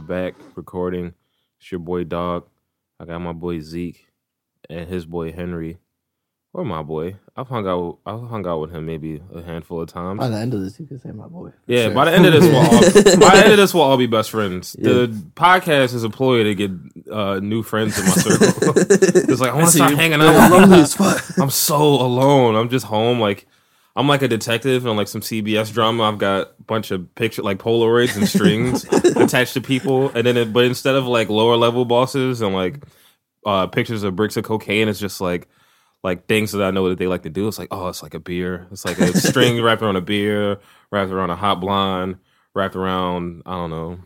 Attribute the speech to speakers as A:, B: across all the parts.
A: back recording. It's your boy Dog. I got my boy Zeke and his boy Henry, or my boy. I've hung out. I've hung out with him maybe a handful of times.
B: By the end of this, you can say my boy.
A: yeah,
B: Sure.
A: by the end of this, we'll all, by the end of this, we'll all be best friends. The podcast is a ploy to get uh, new friends in my circle. it's like I want to start hanging out. with
B: lonely as fuck.
A: I'm so alone. I'm just home. Like I'm like a detective on like some CBS drama. I've got a bunch of picture like Polaroids and strings attached to people, and then it, but instead of like lower level bosses and like uh, pictures of bricks of cocaine, it's just like like things that I know that they like to do. It's like oh, it's like a beer. It's like a string wrapped around a beer, wrapped around a hot blonde, wrapped around I don't know.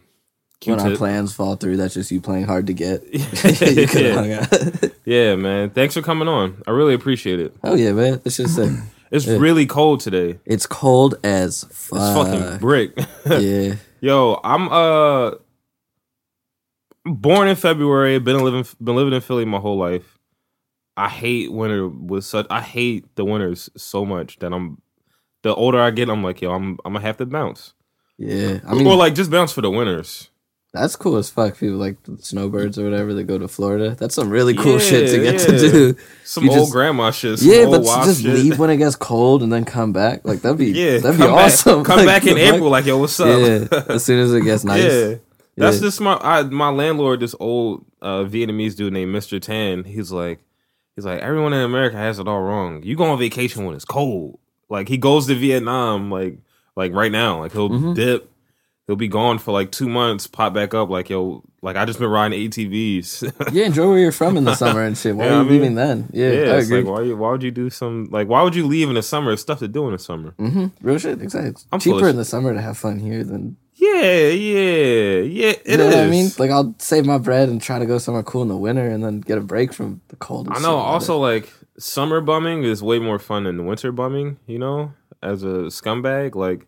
B: When our
A: Q-tip.
B: plans fall through, that's just you playing hard to get. you could have
A: yeah.
B: hung out.
A: yeah, man. Thanks for coming on. I really appreciate it.
B: oh yeah, man. It's just a,
A: It's really cold today.
B: it's cold as fuck.
A: It's fucking brick.
B: yeah.
A: Yo, I'm uh born in February, been living been living in Philly my whole life. I hate winter with such I hate the winters so much that I'm the older I get, I'm like, yo, I'm I'm gonna have to bounce.
B: Yeah. I mean
A: or like just bounce for the winters.
B: that's cool as fuck. People like the snowbirds or whatever that go to Florida. That's some really cool shit to
A: Yeah,
B: get
A: yeah.
B: to do.
A: Some
B: You
A: old
B: just-
A: grandma shit, some
B: Yeah,
A: old
B: but
A: wild
B: just
A: shit.
B: leave when it gets cold and then come back. Like that'd be
A: yeah,
B: that'd be
A: come back,
B: awesome.
A: Come
B: Like,
A: back in
B: the fuck?
A: April, like yo, what's up?
B: Yeah, as soon as it gets nice.
A: Yeah. That's
B: Yeah.
A: just my I, my landlord, this old uh, Vietnamese dude named Mr. Tan. He's like, he's like, everyone in America has it all wrong. You go on vacation when it's cold. Like he goes to Vietnam, like like right now, like he'll
B: Mhm.
A: dip, he'll be gone for like two months, pop back up, like yo, like I just been riding ATVs.
B: Yeah, enjoy where you're from in the summer and shit. Why
A: Yeah,
B: are you
A: I mean,
B: leaving then? Yeah,
A: yeah,
B: I
A: it's
B: agree.
A: like why you, why would you do some like why would you leave in the summer? There's stuff to do in the summer.
B: hmm Real shit, exactly. It's
A: I'm full
B: cheaper
A: of
B: in the summer to have fun here than
A: Yeah, yeah, yeah. It is.
B: you know what I mean. Like I'll save my bread and try to go somewhere cool in the winter, and then get a break from the cold. and
A: I
B: shit
A: know.
B: like
A: Also, like summer bumming is way more fun than winter bumming. You know, as a scumbag, like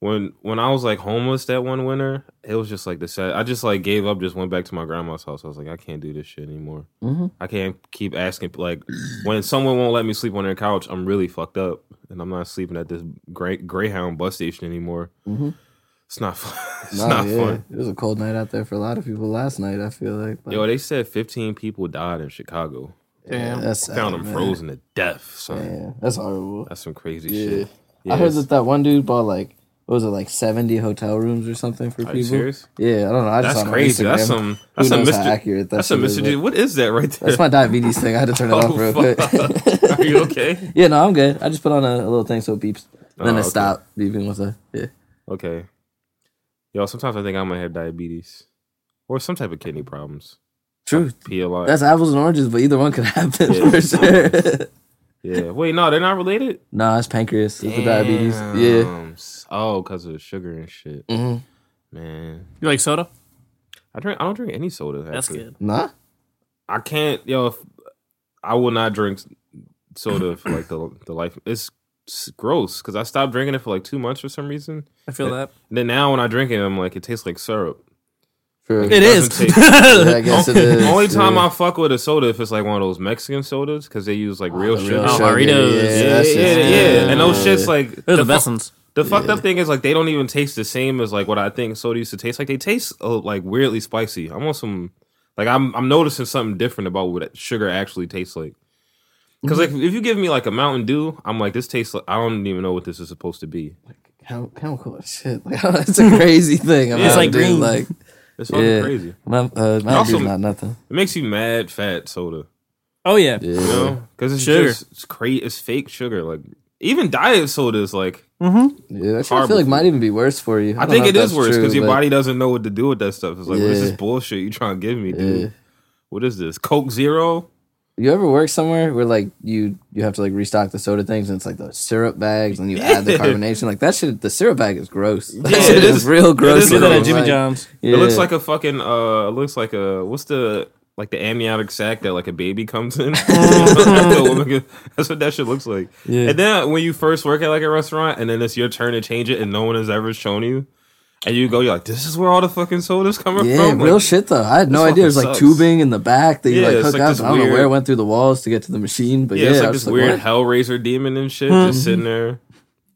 A: when when I was like homeless that one winter, it was just like the sad. I just like gave up, just went back to my grandma's house. I was like, I can't do this shit anymore.
B: that. Mhm.
A: I can't keep asking. Like when someone won't let me sleep on their couch, I'm really fucked up, and I'm not sleeping at this gray, Greyhound bus station anymore.
B: Mhm.
A: It's not fun. It's
B: Nah,
A: not
B: yeah.
A: fun.
B: It was a cold night out there for a lot of people last night. I feel like, Like,
A: Yo, they said 15 people died in Chicago.
B: Yeah, that's sad,
A: found them
B: man.
A: frozen to death. Son.
B: yeah, that's horrible.
A: That's some crazy
B: Yeah.
A: shit.
B: I heard
A: Yes.
B: that that one dude bought like what was it like seventy hotel rooms or something for
A: Are you
B: people.
A: serious?
B: Yeah, I don't know. I
A: That's
B: just saw it on
A: crazy. That's
B: Instagram.
A: some.
B: Who
A: That's a
B: knows how
A: Mr.
B: accurate that
A: That's a
B: shit is,
A: Mr.
B: but-
A: Dude. What is that right there?
B: That's my diabetes thing. I had to turn it off real
A: Oh,
B: quick.
A: fuck. Are you okay?
B: yeah, no, I'm good. I just put on a, a little thing so it beeps. And then
A: Oh,
B: it
A: okay.
B: stopped beeping with a yeah.
A: Okay. Yo, sometimes I think I might have diabetes or some type of kidney problems.
B: True.
A: PLI.
B: That's apples and oranges, but either one could happen
A: Yeah.
B: for sure.
A: yeah. Wait, no, they're not related.
B: no, it's pancreas. It's the diabetes. Yeah.
A: Damn. Oh, because of the sugar and shit.
B: Mhm.
A: Man,
C: You like soda?
A: I drink. I don't drink any soda. Actually.
C: That's good.
B: Nah.
A: I can't, yo. If, I will not drink soda for like the the life. It's, it's gross because I stopped drinking it for like two months for some reason.
C: I feel that.
A: And then now when I drink it, I'm like, it tastes like syrup.
B: True.
C: It is.
A: doesn't
B: Yeah, I guess it is.
A: Only time
B: yeah.
A: I fuck with a soda if it's like one of those Mexican sodas because they use like real
B: The
A: shit.
B: real
C: Oh,
B: sugar,
C: Doritos.
A: yeah,
B: Yeah,
A: yeah,
B: that
A: yeah,
B: shit's
A: yeah.
B: good.
A: And those shits like
C: They're the
A: fu-
C: best ones.
A: The fucked up thing is like they don't even taste the same as like what I think soda used to taste like. They taste uh, like weirdly spicy. I'm on some like I'm I'm noticing something different about what sugar actually tastes like. Because like if you give me like a Mountain Dew, I'm like this tastes. like I don't even know what this is supposed to be.
B: Chem- chemical and shit. Like it's a crazy thing. I'm
C: It's
B: not
C: like
B: doing,
C: green.
B: Like
A: It's fucking
B: yeah.
A: crazy. It
B: My, uh, my
A: Also-
B: dude's not nothing.
A: makes you mad fat soda,
C: Oh yeah.
B: Yeah.
A: you know? Because it's
C: Sugar.
A: just it's crazy. It's fake sugar. Like even diet soda is like
B: Yeah, that shit I
A: Horrible
B: feel like
A: food.
B: might even be worse for you.
A: I
B: don't
A: think
B: know
A: it
B: if
A: is
B: that's
A: worse
B: true,
A: because your
B: but-
A: body doesn't know what to do with that stuff. It's like what is
B: Yeah.
A: this bullshit you trying to give me, dude?
B: Yeah.
A: What is this Coke Zero?
B: You ever work somewhere where like you you have to like restock the soda things and it's like the syrup bags and you add the
A: Yeah.
B: carbonation like that shit the syrup bag is gross. That
A: Yeah,
B: shit
A: it
B: is
A: is-
B: real
A: it
B: gross.
A: is
C: See that
A: Like-
C: at Jimmy John's.
A: It looks like a fucking uh it looks like a what's the like the amniotic sac that like a baby comes in. That's what women get- that's what that shit looks like.
B: Yeah.
A: And then when you first work at like a restaurant and then it's your turn to change it and no one has ever shown you and you go, you're like, This is where all the fucking soda's coming
B: yeah,
A: from. Like,
B: real shit though. I had no
A: this
B: idea. There's
A: fucking
B: like
A: sucks.
B: tubing in the back that you
A: Yeah,
B: like
A: it's
B: hook
A: like
B: up.
A: this
B: I don't know where it
A: weird-
B: went through the walls to get to the machine, but
A: Yeah,
B: yeah,
A: it's
B: I
A: like
B: was Mm-hmm.
A: this weird
B: what?
A: Hellraiser demon and shit just sitting there.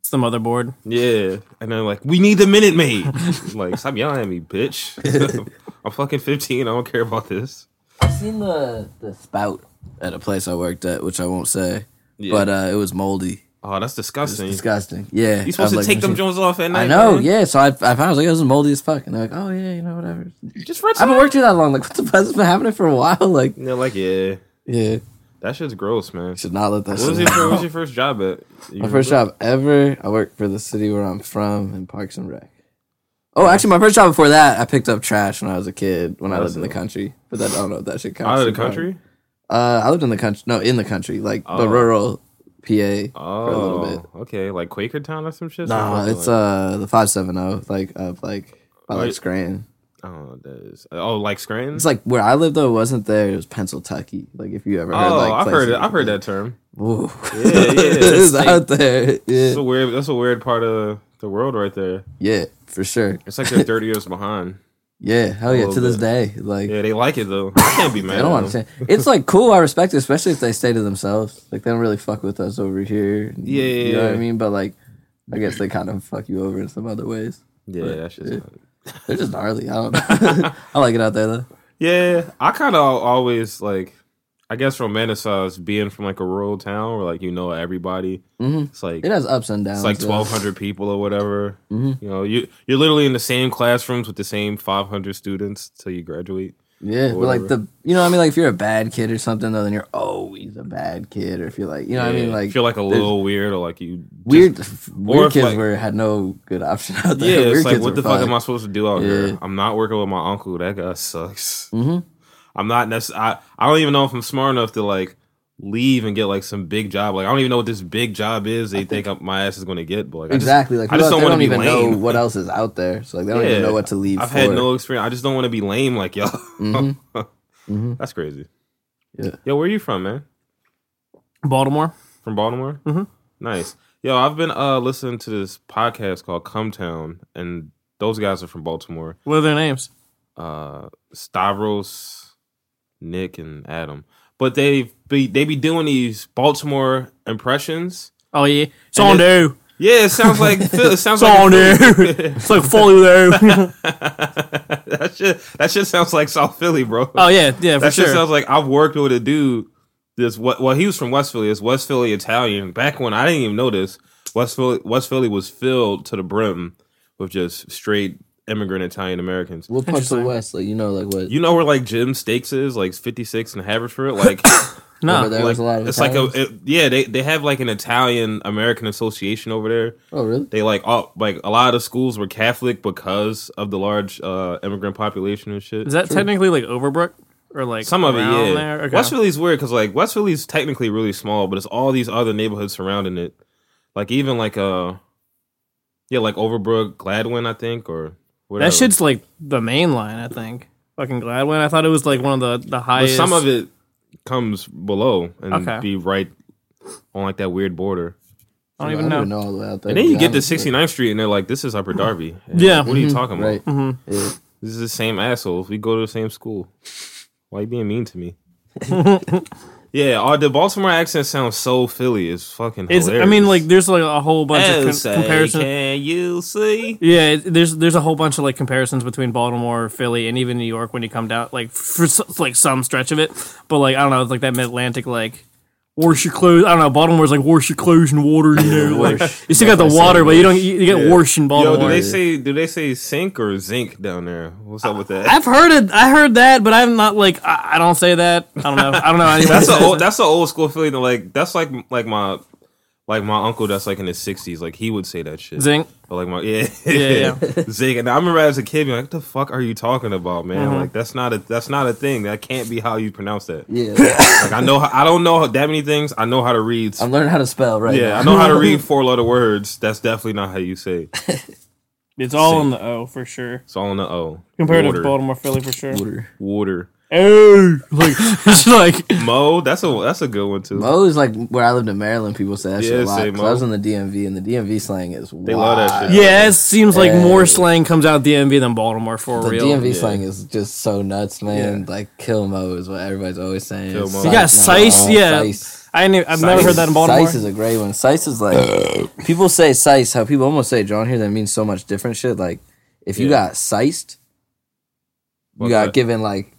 C: It's the motherboard.
A: Yeah. And they're like, we need the Minute Maid. I'm like, stop yelling at me, bitch. I'm fucking 15. I don't care about this.
B: I've seen the the spout at a place I worked at, which I won't say,
A: Yeah.
B: but uh, it was moldy.
A: oh, that's disgusting.
B: It's disgusting. Yeah,
A: You're supposed to take them
B: joints.
A: Jones off at night.
B: I know.
A: man.
B: Yeah, so I, I found I was like, it was moldy as fuck, and they're like, oh yeah, you know whatever.
A: Just rinse
B: I haven't
A: them.
B: worked here that long. Like, what the fuck has been happening for a while? Like,
A: And they're like, yeah,
B: yeah,
A: that shit's gross, man.
B: should not let that.
A: What was,
B: Shit
A: your, what
B: happen.
A: was your first job at? You
B: My first
A: remember?
B: job ever. I worked for the city where I'm from in Parks and Rec. Oh, actually, my first job before that, I picked up trash when I was a kid when I
A: That's
B: lived in the
A: it.
B: country. But that, I don't know if that shit counts.
A: Out of the
B: as a crime.
A: country?
B: Uh, I lived in the country. No, in the country, like
A: Oh.
B: the rural PA.
A: Oh,
B: a little bit.
A: okay. Like Quaker Town or some shit?
B: No,
A: Something
B: it's
A: like,
B: uh the five seven zero, like up like by
A: Oh,
B: like
A: yeah.
B: Scranton.
A: Oh, that is. Oh, like Scranton?
B: uh, It's like where I lived though it wasn't there. It was Pennsylvania. Like if you ever heard
A: oh,
B: like
A: I've heard
B: places-
A: it. I've heard that term.
B: Ooh.
A: Yeah, yeah.
B: it
A: That's
B: is out there. Yeah,
A: That's a weird. That's a weird part of the world right there.
B: yeah, for sure.
A: It's like they're 30 years behind.
B: Yeah, hell yeah.
A: little
B: To this
A: bit.
B: day, like
A: Yeah, they like it though. I can't be mad.
B: I don't
A: at them.
B: understand. It's like cool. I respect it, especially if they stay to themselves. Like they don't really fuck with us over here.
A: Yeah, yeah,
B: you know what I
A: yeah.
B: mean. But like, I guess they kind of fuck you over in some other ways.
A: Yeah, that's just.
B: They're just gnarly. I don't know. I like it out there though.
A: Yeah, I kind of always like, I guess romanticize being from like a rural town where like you know everybody.
B: hmm
A: It's like
B: It has ups and downs.
A: it's like
B: though.
A: twelve hundred people or whatever.
B: Mhm.
A: You know, you you're literally in the same classrooms with the same five hundred students till you graduate.
B: Yeah,
A: or
B: but like
A: whatever.
B: the you know what I mean like if you're a bad kid or something though, then you're always a bad kid. Or if you're like you know what I mean
A: Yeah,
B: like
A: if you're like a
B: there's
A: little weird or like you just-
B: weird weird
A: if,
B: kids
A: like-
B: were had no good option out
A: yeah,
B: there.
A: it's
B: weird
A: like
B: kids
A: what the fuck am I supposed to do out
B: Yeah.
A: here? I'm not working with my uncle. That guy sucks.
B: Mhm.
A: I'm not necess- I I don't even know if I'm smart enough to like leave and get like some big job. Like I don't even know what this big job is. They think, I'm- my ass is going to get. But like, I just-
B: Exactly. Like
A: I
B: people
A: just
B: out
A: don't
B: there
A: want
B: don't
A: to be
B: even know
A: lame.
B: what else is out there. So like they don't
A: Yeah.
B: even know what to leave.
A: I've
B: for.
A: had no experience. I just don't want to be lame like y'all.
B: Mhm. Mhm.
A: That's crazy.
B: Yeah.
A: Yo, where you from, man?
C: Baltimore.
A: From Baltimore?
C: Mhm.
A: Nice. Yo, I've been uh listening to this podcast called Come Town, and those guys are from Baltimore.
C: What are their names?
A: uh Stavros, Nick, and Adam. But they be they be doing these Baltimore impressions.
C: Oh yeah, it's
A: And
C: on there.
A: Yeah, it sounds like Phil- it sounds like
C: Sound
A: Philly.
C: It's like fully there.
A: that shit that shit sounds like South Philly, bro.
C: oh yeah, yeah, for
A: that shit
C: sure.
A: sounds like I've worked with a dude. This what? Well, he was from West Philly. It's West Philly Italian. Back when I didn't even know this, West Philly West Philly was filled to the brim with just straight immigrant Italian Americans.
B: We'll punch the
C: Interesting.
B: west. Like you know like what
A: You know where like Jim Steaks is, like 56 and Haverford? Like,
B: over
C: no,
B: there
A: like,
B: was a lot of.
A: it's like a,
B: Italians?
A: it- yeah, they, they have like an Italian American association over there.
B: oh really?
A: They like, all, like a lot of the schools were Catholic because of the large uh, immigrant population and shit.
C: is that technically like Overbrook or like
A: Some of it,
C: around
A: yeah.
C: There? Okay.
A: West Philly's weird because like West Philly's technically really small, but it's all these other neighborhoods surrounding it. Like even like uh, yeah, like Overbrook, Gladwin, I think, or whatever.
C: that shit's like the main line, I think. Fucking Gladwin. I thought it was like one of the the
A: but
C: highest.
A: some of it comes below and
C: Okay.
A: be right on like that weird border.
C: I don't even know.
B: know all the way out there.
A: And then you
B: be
A: get to
B: honest, but-
A: 69th Street and they're like, this is Upper Darby. And
C: Yeah.
A: like, what are you talking about?
B: Right.
C: Mhm.
B: Yeah.
A: This is the same assholes. We go to the same school. Why you being mean to me? yeah, all the Baltimore accent sounds so Philly. It's fucking
C: It's.
A: hilarious.
C: I mean, like, there's like a whole bunch
A: Oh,
C: of
A: say,
C: con- comparisons.
A: Can you see?
C: Yeah, it- there's there's a whole bunch of like comparisons between Baltimore, Philly, and even New York when you come down like for s- like some stretch of it. But like I don't know, it's like that Mid Atlantic like wash your clothes. I don't know. Baltimore's like wash your clothes and water. You know, like
B: wash.
C: you still got the
B: That's what I
C: water,
B: said,
C: but you don't you, you get wash in
A: Yo, do
C: Baltimore.
A: they say do they say sink or zinc down there? What's up with that?
C: I've heard it. I heard that, but I'm not like I, I don't say that. I don't know. I don't know. Anyway,
A: that's a old, that's a old school Philly. that, Like that's like like my like my uncle that's like in his sixties. Like he would say that shit.
C: Zing.
A: But like my yeah
C: Yeah,
A: Zig. And I remember as a kid being like, "What the fuck are you talking about, man? Like that's not a that's not a thing. That can't be how you pronounce that.
B: Yeah.
A: Like I know how, I don't know that many things. I know how to read.
B: I'm learning how to spell right
A: yeah,
B: now.
A: I know how to read four letter words. That's definitely not how you say. it.
C: It's all in the O for sure.
A: It's all in the O.
C: Compared
A: Water.
C: to Baltimore, Philly for sure.
B: Water.
A: water.
C: oh, like it's like
A: Mo, that's a that's a good one too.
B: Mo is like where I lived in Maryland. People say that
A: Yeah,
B: shit a lot.
A: say
B: 'cause I was
A: Mo.
B: in the DMV, and the DMV slang is
A: They love that shit.
C: yeah. It seems like
B: Hey.
C: more slang comes out of DMV than Baltimore for
B: Um, The
C: real.
B: DMV
A: Yeah.
B: slang is just so nuts, man. Like kill mo is what everybody's always saying.
A: Kill Mo.
B: Sice,
C: Yeah, sice,
B: no,
C: yeah.
B: sice.
C: I ain't, even- I've never heard that in Baltimore.
B: Sice is a great one. Sice is
A: Uh.
B: like people say sice. How people almost say John here that means so much different shit. Like if you
A: Yeah.
B: got siced, you
A: What's
B: got
A: that?
B: given like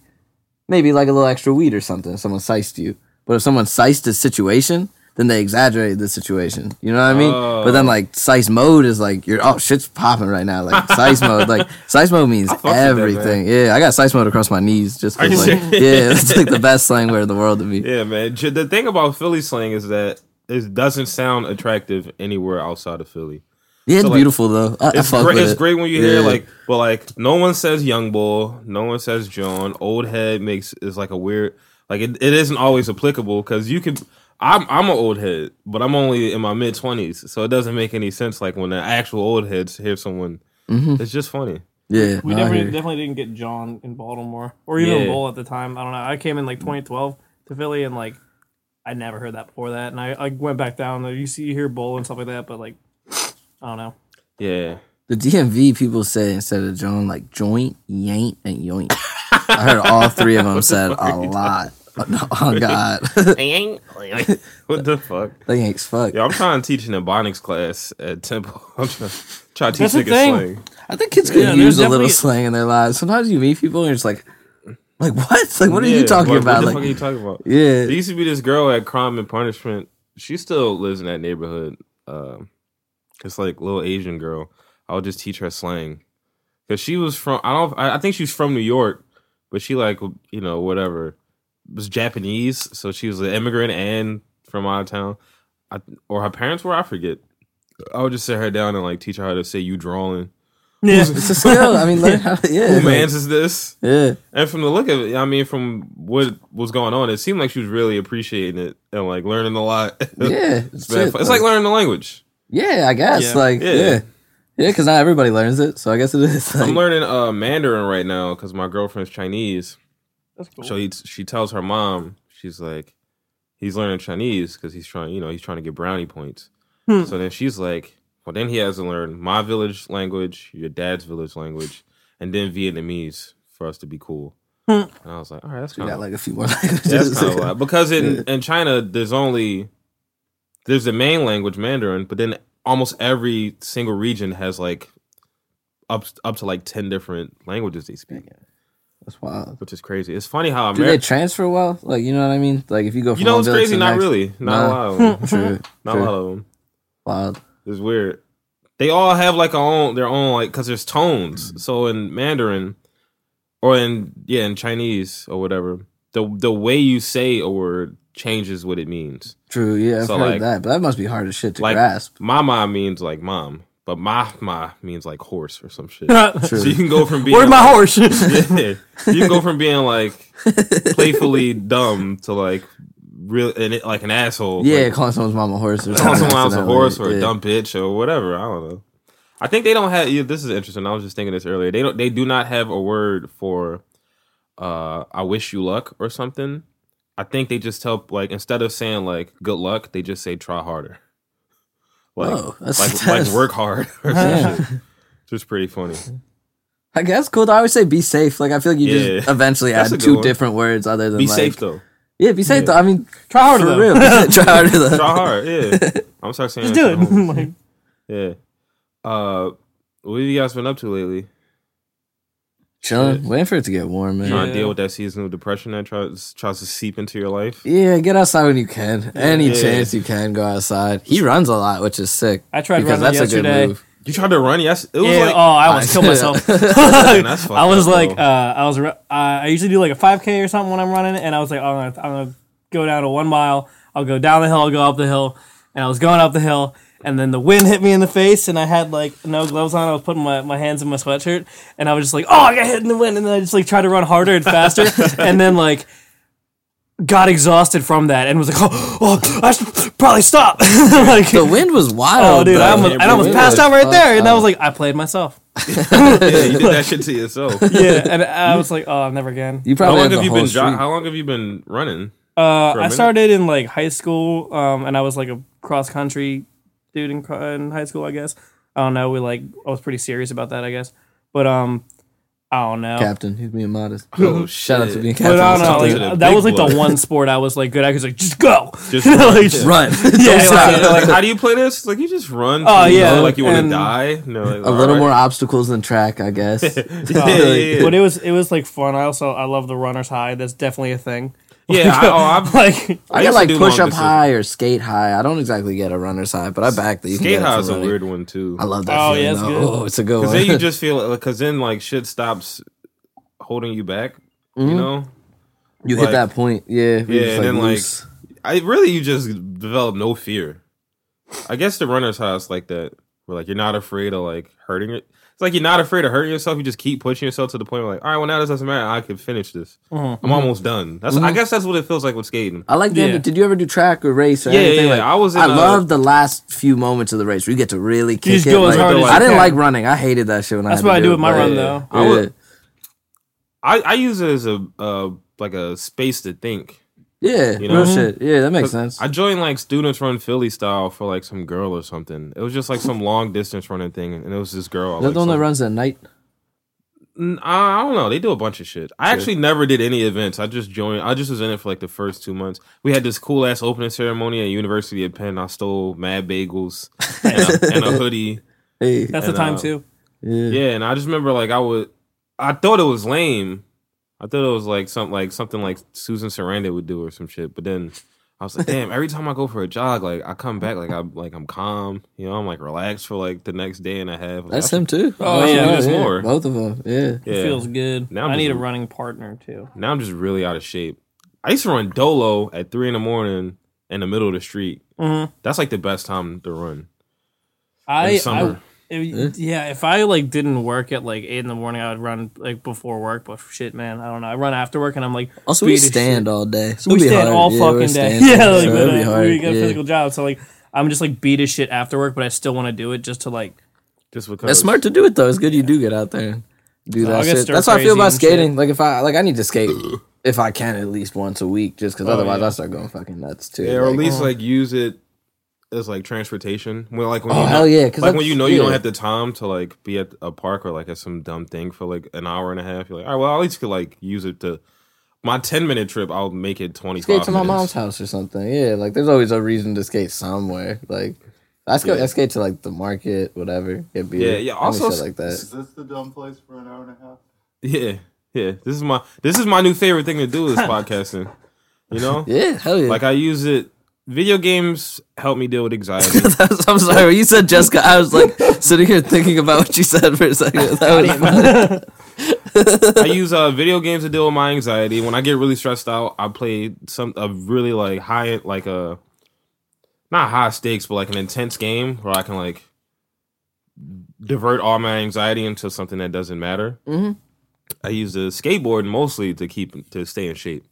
B: maybe like a little extra weed or something. Someone siced you, but if someone siced the situation, then they exaggerated the situation. You know what I mean? But then
A: Oh.
B: like sice mode is like you're oh shit's popping right now. Like sice mode, like sice mode means
A: fucks with that,
B: everything. yeah, I got sice mode across my knees just
A: Are
B: 'cause,
A: you
B: like
A: serious?
B: yeah, it's like the best slang word in the world to me.
A: Yeah, man. J- The thing about Philly slang is that it doesn't sound attractive anywhere outside of Philly.
B: Yeah, it's
A: like,
B: beautiful though. I, I
A: It's
B: fuck
A: great.
B: with
A: It's
B: it.
A: great when you hear
B: Yeah.
A: like, but like, no one says young boy, no one says John. Old head makes is like a weird, like it, it isn't always applicable because you can. I'm I'm an old head, but I'm only in my mid twenties, so it doesn't make any sense. Like when the actual old heads hear someone,
B: Mm-hmm.
A: it's just funny.
B: yeah.
C: We
B: no, I
C: never,
B: hear you.
C: definitely didn't get John in Baltimore or even
A: Yeah.
C: Bull at the time. I don't know. I came in like 2012 to Philly and like I never heard that before that, and I, I went back down there. You see, you hear Bull and stuff like that, but like I don't know.
A: Yeah,
B: The DMV people say instead of John, like joint, yank, and yoink. I heard all three of them said a lot. Oh God,
A: what the fuck?
B: they yanks fuck.
A: Yeah, I'm trying to teach an ebonics class at Temple. I'm trying, trying to teach
C: That's the
A: niggas
C: thing.
A: slang.
B: I think kids could
C: Yeah,
B: use
C: there's
B: a little
C: definitely-
B: slang in their lives. Sometimes you meet people and you're just like, like what? Like what are you
A: Yeah,
B: talking
A: what-
B: about?
A: What the fuck are
B: like
A: you talking about?
B: yeah,
A: There used to be this girl at Crime and Punishment. She still lives in that neighborhood. Um, it's like little Asian girl. I would just teach her slang because she was from. I don't. I, I think she's from New York, but she like you know whatever was Japanese. So she was an immigrant and from out of town, I, or her parents were. I forget. I would just sit her down and like teach her how to say you drawing.
C: Yeah,
B: it's a skill. I mean, learn how to, yeah,
A: Who
B: like,
A: mans is this?
B: yeah.
A: And from the look of it, I mean, from what was going on, it seemed like she was really appreciating it and like learning a lot.
B: Yeah,
A: it's,
B: shit,
A: bad fun. It's like learning the language.
B: Yeah, I guess.
C: Yeah.
B: Like,
A: Yeah.
B: yeah. Yeah, because not everybody learns it. So I guess it is. Like,
A: I'm learning uh, Mandarin right now because my girlfriend's Chinese.
C: that's cool.
A: So he, she tells her mom, she's like, he's learning Chinese because he's trying, you know, he's trying to get brownie points.
C: Hmm.
A: So then she's like, well, then he has to learn my village language, your dad's village language, and then Vietnamese for us to be cool.
C: Hmm.
A: And I was like, all right, that's
B: we
A: kind of
B: got like a few more
A: Oh. That's
B: languages.
A: kind of wild because in, in China there's only there's the main language Mandarin, but then almost every single region has like up up to like ten different languages they speak,
B: That's wild.
A: which is crazy. It's funny how
B: Do they
A: America.
B: transfer well? Like, you know what I mean? Like, if you go from
A: You know
B: one
A: what's
B: village
A: crazy?
B: to the
A: Not
B: next-
A: really. Not a lot of them.
B: Nah, True.
A: Not a lot of them.
B: Wild.
A: It's weird. They all have like a own their own like because there's
B: Mm.
A: tones. So in Mandarin, or in yeah in Chinese or whatever, the the way you say a word changes what it means.
B: True. Yeah, I've
A: So,
B: heard
A: like-
B: that. But that must be hard as shit to
A: like-
B: grasp.
A: Mama means like mom, but Mahma means like horse or some shit.
C: Where's
A: So you can go from being
C: my horse?
A: Yeah. you can go from being like playfully dumb to like real and it, like an asshole.
B: Yeah,
A: like,
B: calling someone's mom a horse or
A: calling
B: something.
A: someone else a
B: accidentally.
A: horse or
B: Yeah.
A: a dumb bitch or whatever. I don't know. I think they don't have. Yeah, this is interesting. I was just thinking this earlier. They don't. They do not have a word for. uh I wish you luck or something. I think they just tell like instead of saying like good luck, they just say try harder. Like
B: Oh, that's-
A: like like work hard or some shit. It's just pretty funny.
B: I guess cool. though. I always say be safe. Like I feel like you just
A: Yeah.
B: eventually
A: That's
B: add
A: a good
B: two
A: one.
B: different words other than
A: Be
B: like,
A: safe though.
B: Yeah, be safe.
A: Yeah.
B: Though. I mean,
C: Try harder
B: for
C: though.
B: real. try harder. Though.
A: Try hard. Yeah. I'm gonna start saying
C: Just
A: that
C: do
A: to the homies.
C: it. like,
A: Yeah. Uh what have you guys been up to lately?
B: Chilling, waiting for it to get warm, man.
A: Trying to
C: Yeah.
A: deal with that seasonal depression that tries tries to seep into your life.
B: Yeah, get outside when you can. Any
A: Yeah.
B: chance you can, go outside. He runs a lot, which is sick.
C: I tried running yesterday.
A: You tried to run, yes. It was
C: Yeah,
A: like
C: oh, I almost
B: I-
C: killed myself.
A: that's fucked
C: I was
A: up,
C: like, uh,
A: though.
C: I was, re- uh, I usually do like a 5K or something when I'm running, and I was like, oh, I'm gonna, I'm gonna go down to one mile. I'll go down the hill. I'll go up the hill, and I was going up the hill, and then the wind hit me in the face, and I had like no gloves on. I was putting my, my hands in my sweatshirt, and I was just like, oh, I got hit in the wind, and then I just like tried to run harder and faster, and then like got exhausted from that and was like, oh, oh I should probably stop. like,
B: The wind was wild.
C: oh, dude, I
B: though.
C: almost, I
A: Yeah,
C: almost
A: bro.
C: passed out right
B: Fuck
C: there, and I was
B: up.
C: like, I played myself.
A: yeah, you did that shit to yourself.
C: Yeah, and I was like, oh, never again.
B: You
A: How
B: probably
A: long
B: had
A: have
B: the
A: you
B: whole
A: been? Jo-
B: street.
A: how long have you been running?
C: Uh, I
A: minute.
C: started in like high school, um, and I was like a cross country dude in, cro- in high school, I guess. I don't know. We like, I was pretty serious about that, I guess. But um, I don't know.
B: Captain, he's being modest.
A: Oh,
B: Shout out to
A: shit.
B: being captain.
C: But I
B: of
A: Captain
C: don't
A: Something's
B: something.
C: know. Like,
A: a
C: that
A: big
C: was like
A: blood.
C: the one sport I was like good at. Cause like just go.
A: Just
C: You know,
A: run,
C: like,
A: yeah.
B: Run.
C: Yeah,
B: Don't
C: like,
B: stop.
A: They're like, how do you play this? Like, you just run.
C: Oh,
A: you
C: yeah,
A: know, like you want
C: and-
A: to die. No, like,
B: A
A: all
B: little
A: right.
B: more obstacles than track, I guess.
A: yeah, yeah, yeah.
C: But it was it was like fun. I also I love the runner's high. That's definitely a thing.
A: Yeah, I, oh, I've,
C: Like
A: used
B: I get
A: to
B: like
A: do
B: push
A: long
B: up
A: distance.
B: high or skate high. I don't exactly get a runner's high, but I back that you
A: Skate
B: can get it
A: high
B: from
A: is a
B: running.
A: weird one too.
B: I love that.
C: Oh,
B: feeling,
C: yeah, it's
B: though.
C: good.
B: Oh, it's a good
A: Because
B: one.
A: then you just feel because then like shit stops holding you back. You know,
B: You hit
A: like-
B: that point, yeah. where you're
A: yeah,
B: just,
A: and then
B: loose.
A: like I really you just develop no fear. I guess the runner's house like that, where like you're not afraid of like hurting it. It's like you're not afraid of hurting yourself. You just keep pushing yourself to the point where like, all right, well now this doesn't matter. I can finish this. I'm
B: Mm-hmm.
A: almost done. That's I guess that's what it feels like with skating.
B: I like the.
C: Yeah.
B: Did you ever do track or race? Or
A: Yeah, yeah,
B: Uh, anything?
A: yeah.
B: Like,
A: I was in
B: I
A: a-
B: love the last few moments of the race. where You get to really kick
C: just
B: it.
C: go as
B: like-
A: hard as
B: I
A: you
B: didn't
C: can.
B: like running. I hated that shit. When
C: That's
B: I had
C: what
B: to
C: I
B: do
C: do
B: it,
C: with my
B: but-
C: run, though.
A: I would-
B: Yeah.
A: I I use it as a uh, like a space to think.
B: Yeah,
A: You
B: real
A: know?
B: shit. Yeah, that makes
A: 'Cause
B: sense.
A: I joined like students run Philly style for like some girl or something. It was just like some long distance running thing, and it was this girl. I
B: Is that
A: liked
B: the one that
A: so-
B: runs at night?
A: N- I I don't know. They do a bunch of shit. I actually never did any events. I just joined. I just was in it for like the first two months. We had this cool ass opening ceremony at University of Penn. I stole mad bagels and a, and a hoodie.
B: Hey,
C: that's
A: And,
C: the time
A: uh,
C: too.
B: yeah.
A: Yeah, and I just remember like I would. I thought it was lame. I thought it was like something like something like Susan Sarandon would do or some shit. But then I was like, damn. Every time I go for a jog, like I come back like I'm like I'm calm. You know, I'm like relaxed for like the next day and a half. Like,
B: That's
A: I-
B: him tim too.
C: Oh, yeah,
A: there's more.
B: Both of them. Yeah.
A: yeah.
C: It feels good.
A: Now I'm
C: I need a
A: just-
C: running partner too.
A: Now I'm just really out of shape. I used to run dolo at three in the morning in the middle of the street.
C: Mhm.
A: That's like the best time to run.
C: I,
A: In
C: I
A: summer.
B: Eh?
C: if- yeah, if I like didn't work at like eight in the morning, I would run like before work. But shit, man, I don't know. I run after work, and I'm like,
B: Also, we
C: beat as
B: stand
C: shit.
B: all day. So
C: We
B: it'd be
C: stand
B: hard.
C: all
B: Yeah, we're
C: fucking day.
B: standing,
C: Yeah, like
B: so
C: but,
B: it'd be
C: uh,
B: hard.
C: we got a
B: yeah.
C: physical job, so like I'm just like beat as shit after work, but I still want to do it just to like.
A: Just because
B: That's smart to do it though. It's good you do get out there, and do
C: I'll
B: that
C: get
B: shit.
C: stir
B: That's how I feel
C: crazy
B: about
C: and shit.
B: skating. Like if I like, I need to skate if I can at least once a week, just because otherwise
C: yeah.
B: I start going fucking nuts too.
A: Yeah, or at
B: Like,
A: least like use it as like transportation. Well, like when
B: Oh,
A: you know,
B: hell yeah, 'cause
A: like when
B: that's-
A: you know you don't
B: yeah.
A: have the time to like be at a park or like at some dumb thing for like an hour and a half. You're like, all right, well, I at least could like use it to my ten minute trip. I'll make it twenty
B: skate
A: five.
B: to my mom's house or something. Yeah, like there's always a reason to skate somewhere. Like I skate, I skate to like the market, whatever. Get beer,
A: Yeah, yeah,
B: any
A: also
B: shit
A: s-
B: like
D: Is
B: that.
D: this the dumb place for an hour and a half?
A: Yeah, yeah. This is my this is my new favorite thing to do is podcasting. You know,
B: Yeah, hell yeah.
A: like I use it. Video games help me deal with anxiety.
B: That's- I'm sorry. When you said Jessica, I was like sitting here thinking about what you said for a second. That was
A: I use uh, video games to deal with my anxiety. When I get really stressed out, I play some a really like high like a not high stakes, but like an intense game where I can like divert all my anxiety into something that doesn't matter.
B: Mhm.
A: I use the skateboard mostly to keep to stay in shape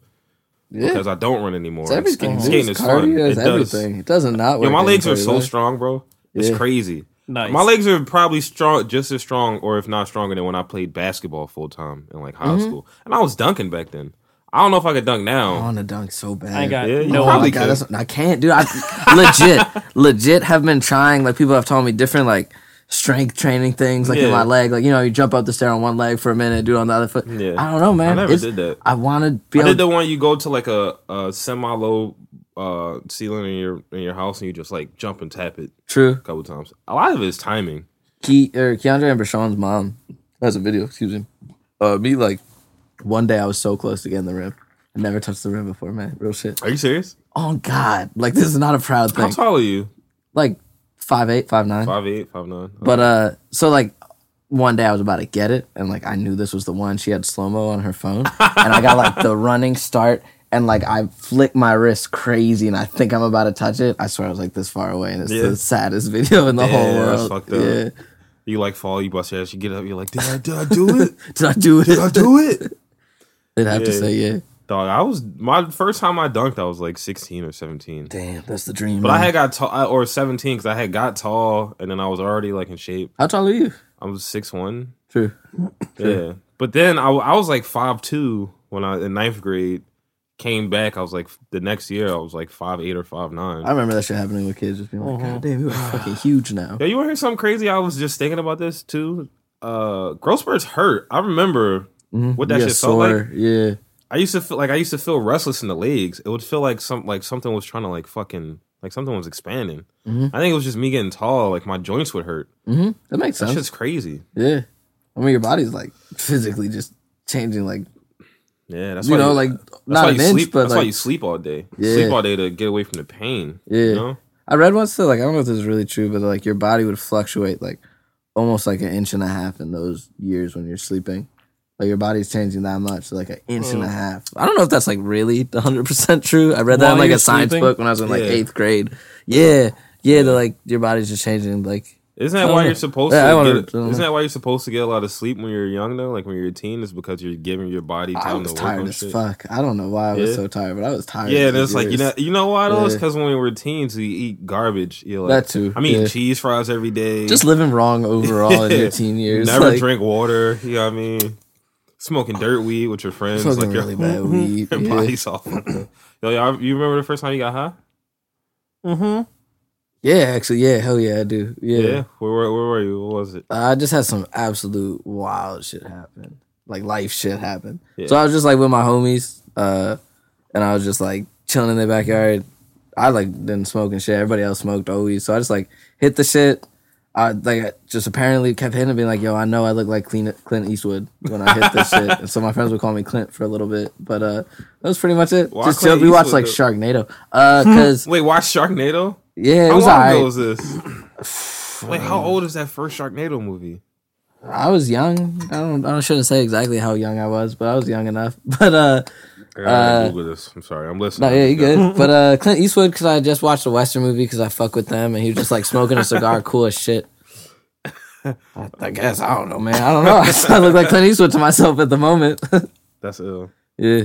B: yeah.
A: because I don't run anymore.
B: It's everything.
A: And
B: dude.
A: Skating
B: It's
A: is fun.
B: cardio,
A: It
B: it's
A: does.
B: everything. It doesn't not work.
A: Yo, my
B: in
A: legs are
B: your
A: so
B: life.
A: strong, bro. It's
B: Yeah.
A: crazy.
C: Nice.
A: My legs are probably strong, just as strong, or if not stronger than when I played basketball full time in like high school. And I was dunking back then. I don't know if I could dunk
B: I
A: now.
B: want to dunk so bad.
C: I ain't got
A: Yeah, you
C: no.
B: Oh my
A: probably
B: God,
A: could.
B: that's, I can't, dude. I legit, legit have been trying. Like people have told me different like strength training things, like in
A: Yeah.
B: my leg. Like you know, you jump up the stair on one leg for a minute, do it on the other foot.
A: Yeah.
B: I don't know, man.
A: I never
B: It's-
A: did that.
B: I want to be
A: I
B: able.
A: did the one you go to like a, a semi low uh, ceiling in your in your house and you just like jump and tap it
B: true.
A: a couple times. A lot of it is timing.
B: Ke- or Keandre and Brashawn's mom has a video. Excuse me. Uh, me like one day I was so close to getting the rim. I never touched the rim before, man. Real shit.
A: Are you serious?
B: Oh God, like this is not a proud
A: How
B: thing.
A: tall are you?
B: Like five eight, five nine.
A: Five eight, five nine.
B: But uh, so like one day I was about to get it, and like I knew this was the one. She had slow mo on her phone, and I got like the running start, and like I flick my wrist crazy, and I think I'm about to touch it. I swear I was like this far away, and it's
A: Yeah.
B: the saddest video in the whole
A: Yeah, that's
B: world.
A: fucked up.
B: yeah,
A: you like fall, you bust your ass, you get up, you're like, did I, did I do it?
B: did I do it?
A: Did I do it?
B: They'd have to
A: Yeah.
B: say yeah.
A: Dog, I was my first time I dunked. I was like sixteen or seventeen,
B: Damn, that's the dream.
A: but
B: man.
A: I had got tall or seventeen because I had got tall, and then I was already like in shape.
B: How tall are you?
A: I was six one.
B: True.
A: Yeah, but then I, w- I was like five two when I in ninth grade. Came back, I was like the next year. I was like five eight or five nine.
B: I remember that shit happening with kids, just being like,
A: Uh-huh.
B: "God damn, you are fucking huge now."
A: Yeah, you want to hear something crazy? I was just thinking about this too. Uh, Grossbird's hurt. I remember what that
B: Mm-hmm. Yeah,
A: shit felt like.
B: yeah.
A: I used to feel like I used to feel restless in the legs. It would feel like some like something was trying to like fucking like something was expanding.
B: Mm-hmm.
A: I think it was just me getting tall. Like my joints would hurt.
B: That
A: That's
B: makes sense.
A: just crazy.
B: yeah. I mean, your body's like physically just changing, like
A: Yeah, that's
B: you
A: why
B: know,
A: you-
B: like
A: that's
B: not
A: why
B: an
A: you
B: inch,
A: sleep.
B: but
A: that's why
B: like
A: you sleep all day.
B: Yeah.
A: Sleep all day to get away from the pain.
B: Yeah.
A: you know?
B: I read once that like I don't know if this is really true, but like your body would fluctuate like almost like an inch and a half in those years when you're sleeping. Like your body's changing that much, so, like an inch and
A: Mm.
B: a half. I don't know if that's like really 100 percent true. I read that
C: While
B: in like
C: you're
B: a science
C: sleeping?
B: book when I was in like
A: Yeah.
B: eighth grade. Yeah, yeah, that like your body's just changing. Like
A: Isn't that
B: I
A: why
B: don't
A: you're
B: know.
A: supposed
B: Yeah, I
A: to?
B: wanna-
A: Get,
B: I don't
A: isn't
B: know.
A: that why you're supposed to get a lot of sleep when you're young though? Like when you're a teen, is because you're giving your body
B: I
A: time to
B: was
A: work
B: tired
A: on
B: as
A: shit.
B: fuck. I don't know why I was
A: Yeah.
B: so tired, but I was tired.
A: Yeah, and
B: for
A: it's like you
B: years.
A: know, you know why though? It's
B: Yeah.
A: because when we were teens, we eat garbage. You like,
B: That too,
A: I mean,
B: yeah.
A: cheese fries every day.
B: just living wrong overall in
A: Yeah.
B: your teen years.
A: never
B: like,
A: drink water. You know what I mean? Smoking dirt weed with your friends,
B: smoking
A: like your,
B: really bad weed.
A: your
B: yeah.
A: body's all fucked up. Yo, y'all, you remember the first time you got high?
C: Mm-hmm.
B: Yeah, actually, yeah, hell yeah, I do. yeah.
A: Where, were- where were you? What was it?
B: I just had some absolute wild shit happen. Like life shit happen.
A: Yeah.
B: So I was just like with my homies, uh, and I was just like chilling in the backyard. I like didn't smoke and shit. Everybody else smoked always. So I just like hit the shit. I like just apparently kept hitting it, being like, "Yo, I know I look like Clint Clint Eastwood when I hit this shit." And so my friends would call me Clint for a little bit, but uh, that was pretty much it.
A: Why
B: just
A: Clint
B: chilled. we watched like
A: Eastwood
B: Sharknado, uh, because
A: Wait, watch Sharknado?
B: yeah, it
A: How
B: was
A: long ago
B: alright.
A: was this? Wait, how old is that first Sharknado movie?
B: I was young. I don't. I shouldn't say exactly how young I was, but I was young enough. But uh,
A: Girl, I gotta Google this. I'm sorry, I'm listening.
B: no, yeah, you good. But uh, Clint Eastwood, because I just watched a western movie because I fuck with them, and he was just like smoking a cigar, cool as shit. I, I guess I don't know, man. I don't know. I just- I look like Clint Eastwood to myself at the moment.
A: That's ill.
B: yeah.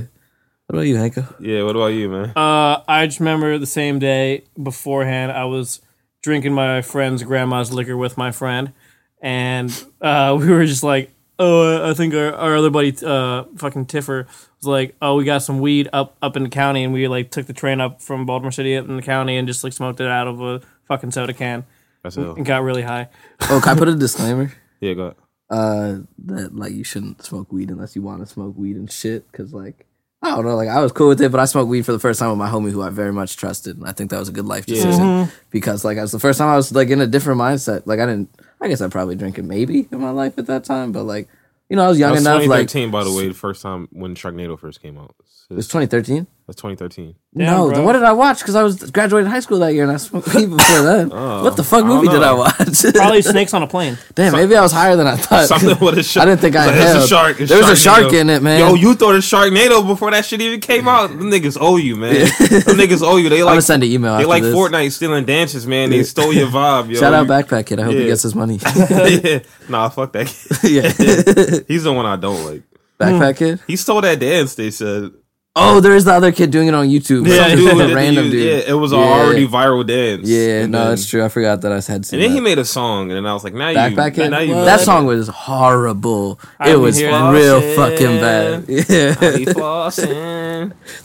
B: What about you, Hanko?
A: Yeah, what about you, man?
C: Uh, I just remember the same day beforehand, I was drinking my friend's grandma's liquor with my friend, and uh, we were just like, oh, I think our, our other buddy, uh, fucking Tiffer, was like, oh, we got some weed up up in the county, and we like took the train up from Baltimore City up in the county and just like smoked it out of a fucking soda can
A: That's ill.
C: and got really high.
B: Oh, can I put a disclaimer?
A: Yeah, go ahead.
B: Uh, that like you shouldn't smoke weed unless you want to smoke weed and shit. Cause like I don't know, like I was cool with it, but I smoked weed for the first time with my homie who I very much trusted, and I think that was a good life decision because like I was the first time I was like in a different mindset. Like I didn't, I guess I probably drank it maybe in my life at that time, but like you know I was young
A: That was
B: enough. Like it
A: 2013, by the way, the first time when Sharknado first came out.
B: was
A: That's
B: 2013.
A: 2013.
C: Damn,
B: no,
C: bro.
B: then what did I watch? Because I was graduating high school that year, and I smoked weed before then. what the fuck
A: Oh, I don't
B: movie did I
A: know.
B: watch?
C: Probably snakes on a plane.
B: Damn, maybe I was higher than I thought.
A: Something with a shark.
B: Uh, I didn't think I
A: It's
B: held.
A: a shark. It's
B: there was a shark
A: Sharknado.
B: in it, man.
A: Yo, you thought a Sharknado before that shit even came out. Them niggas owe you, man. Them niggas owe you. They
B: I'm gonna
A: like
B: send an email.
A: they
B: after
A: like
B: this.
A: Fortnite stealing dances, man. They stole your vibe, yo.
B: Shout out
A: You-
B: Backpack Kid. I hope
A: Yeah.
B: he gets his money.
A: Yeah. Nah, fuck that. kid.
B: yeah,
A: He's the one I don't like.
B: Backpack Kid.
A: He stole that dance. They said
B: Oh, there is the other kid doing it on
A: Some
B: YouTube. Some dude,
A: dude
B: a
A: didn't
B: random
A: use-
B: dude.
A: Yeah, it was
B: Yeah.
A: an already viral dance.
B: Yeah,
A: And
B: no,
A: then-
B: that's true. I forgot that I had seen
A: And then he
B: that.
A: made a song, and then I was like, now you,
B: Backpack Kid.
A: now you,
B: that song was horrible. it
C: didn't
B: was
C: hear
A: that.
B: real
A: Flossing.
B: fucking bad. Yeah,
A: was.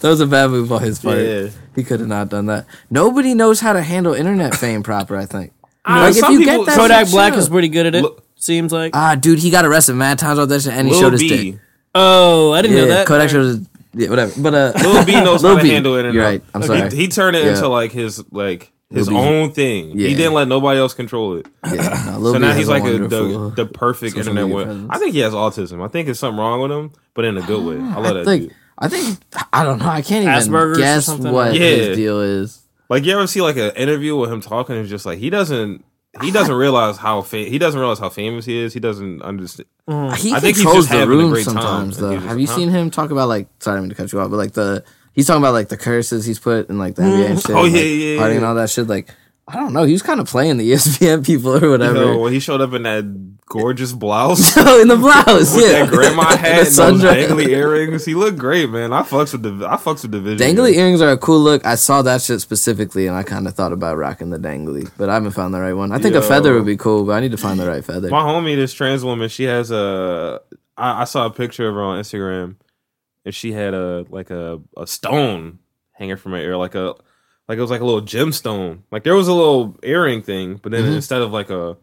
B: that was a bad move on his part.
A: Yeah.
B: He could have not done that. Nobody knows how to handle internet fame proper. I think.
A: Ah,
B: Like, if
A: some
B: you
A: people-
B: get that
A: Kodak
C: Kodak
B: shit,
C: Black
B: chill.
C: is pretty good at it.
A: Look-
C: seems like.
B: Ah, dude, he got arrested mad times on that shit, and he
A: Lil
B: showed his
A: B.
B: dick.
C: oh, I didn't
B: Yeah,
C: know that.
B: Kodak showed his yeah, whatever. But uh,
A: Lil B knows
B: Lil
A: how to
B: B.
A: handle it. and
B: You're
A: all.
B: right. I'm
A: He-
B: sorry.
A: He, turned it
B: Yeah.
A: into like his like his
B: Lil B.
A: own thing. He
B: Yeah.
A: didn't let nobody else control it.
B: yeah, no, Lil
A: So
B: B
A: now
B: has
A: he's
B: a
A: like a,
B: wonderful-
A: the the perfect
B: social
A: internet
B: media
A: one.
B: presence.
A: I think he has autism. I think it's something wrong with him, but in a good way. I love
B: I
A: that
B: think
A: dude.
B: I think I don't know. I can't even
C: Asperger's or
B: guess
C: something?
B: what
A: Yeah.
B: his deal is.
A: Like you ever see like an interview with him talking and it's just like he doesn't he doesn't realize how fa- he doesn't realize how famous he is. He doesn't understand.
C: Hmm.
B: He
A: I think he's
B: controls
A: just
B: the
A: having a
B: room
A: great time,
B: sometimes,
A: and
B: though.
A: he's just
B: Have you
A: like,
B: seen him talk about like? Sorry, I mean to cut you off, but like the he's talking about like the curses he's put in like the NBA and shit.
A: Oh,
B: and,
A: yeah,
B: like,
A: yeah, yeah,
B: Harden and
A: yeah.
B: all that shit. Like I don't know. He was kind of playing the E ESPN people or
A: You
B: whatever.
A: know, when he showed up in that gorgeous blouse.
B: Oh, in the blouse,
A: With
B: yeah.
A: that grandma
B: And
A: hat and
B: the
A: those
B: sundress.
A: dangly earrings, he looked great, man. I fucks with the I fucks with division.
B: Dangly
A: man.
B: earrings are a cool look. I saw that shit specifically, and I kind of thought about rocking the dangly, but I haven't found the right one. I think a
A: Yo.
B: feather would be cool, but I need to find the right feather.
A: My homie, this trans woman, she has a. I, I saw a picture of her on Instagram, and she had a like a, a stone hanging from her ear, like a like it was like a little gemstone. Like there was a little earring thing, but then
B: Mhm.
A: instead of like a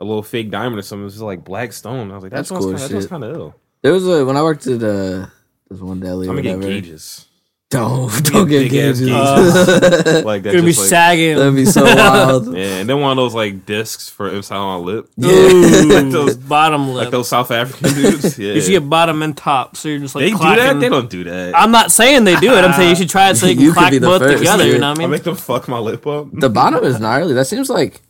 A: a little fake diamond or something, it was just like black stone. I was like,
B: That's
A: that's
B: cool
A: That sounds
B: shit.
A: kind of ill.
B: There was a when I worked at uh, this one deli or
A: I'm gonna get
B: whatever.
A: gauges.
B: Don't don't get
A: big ass
B: gauges.
A: gauges. like that's
C: gonna be
A: just, like,
C: sagging.
B: That'd be so wild.
A: Yeah, and then one of those like discs for inside on my lip.
C: Ooh,
A: Like those-
C: bottom lip.
A: Like those South African dudes. Yeah.
C: you should get bottom and top, so you're just like
A: they do that?
C: clacking.
A: They don't do that.
C: I'm not saying they do it. I'm saying you should try it so you can
B: You could
C: clack
B: be the
C: both
B: first,
C: together. You
B: dude.
C: know what I
A: I
C: mean?
A: make them fuck my lip up.
B: The bottom is gnarly. That seems like.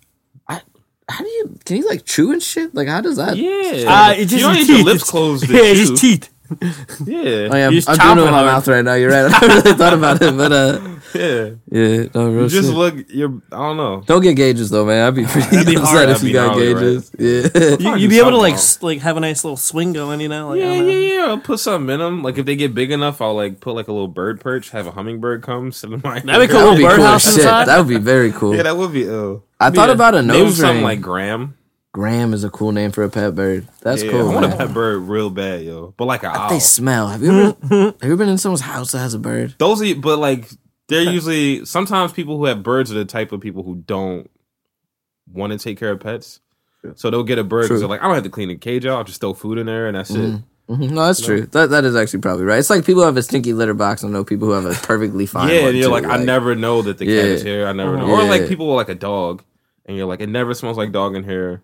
B: I, how do you can you like chew and shit? Like how does that?
A: yeah.
C: Uh, it's just
A: Ah, you don't
C: your
A: need your
C: teeth.
A: lips closed. to
C: yeah, it's just
A: chew.
C: teeth.
B: Oh, yeah,
A: Yeah.
B: I'm,
C: just
B: I'm
C: chomp
B: doing it
C: it
B: in my
C: hard.
B: mouth right now. You're right. I never really thought about it, but uh,
A: Yeah.
B: yeah, no, real
A: You just
B: shit.
A: look, you're, I don't know.
B: Don't get gauges though, man. I'd be pretty
A: be
B: upset
A: hard.
B: if
A: That'd
B: you
A: be
B: got
A: gnarly, right?
B: gauges. Yeah.
A: Fuck,
C: You,
A: you
C: you'd be able to
A: sound
C: like
A: wrong.
C: s- like have a nice little swing going. You know? Like, I
A: Yeah,
C: don't
A: yeah,
C: know.
A: yeah. I'll put something in them. Like if they get big enough, I'll like put like a little bird perch, have a hummingbird come sit in my.
C: That'd be
A: ear.
C: cool.
B: That'd be cool
C: birdhouse
B: as shit.
C: inside?
B: That would be very cool.
A: Yeah, that would be uh, ill.
B: I thought
C: yeah.
B: about a
A: Name
B: nose
A: something
B: ring.
A: like
B: Like
A: Graham.
B: Graham is a cool name for a pet bird. That's
A: Yeah,
B: cool.
A: I want a
B: man.
A: pet bird real bad, yo. But like an owl.
B: They smell. Have you ever have you ever been in someone's house that has a bird?
A: Those are, but like they're usually sometimes people who have birds are the type of people who don't want to take care of pets. So they'll get a bird
B: True.
A: because they're like, I don't have to clean the cage out. I'll just throw food in there and that's it.
B: Mhm. No, that's true. That that is actually probably right. It's like people who have a stinky litter box and know people who have a perfectly fine.
A: Yeah,
B: one
A: and you're
B: too,
A: like, I never know that the cat is
B: Yeah.
A: here. I never know.
B: Mhm.
A: Or like
B: Yeah.
A: people with like a dog, and you're like, it never smells like dog in here.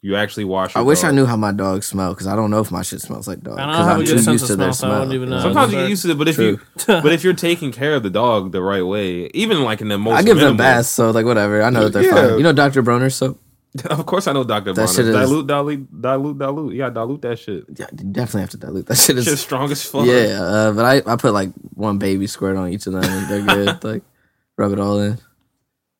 A: You actually wash.
B: I
A: your
B: wish I
A: dog.
B: knew how my dog smell because I don't know if my shit smells like dog
C: I don't know
B: because
C: how
B: I'm
C: we get
B: too
C: a sense
B: used
C: of
B: to their
C: smell, so I
B: smell.
C: wouldn't even
B: you
C: know.
A: Sometimes you
C: Sorry.
A: get used to it, but if you, but if you're taking care of the dog the right way, even like in the most,
B: I give
A: minimal-
B: them baths, so like whatever. I know that they're
A: Yeah.
B: fine. You know Dr. Bronner's soap?
A: Of course, I know Doctor
B: That
A: Bronner's.
B: shit is-
A: Dilute, dilute, dilute, dilute. Yeah, dilute that shit.
B: Yeah, you definitely have to dilute that shit.
A: Shit,
B: Is,
A: strong as fuck.
B: yeah, uh, but I, I put like one baby squirt on each of them and they're good. like rub it all in.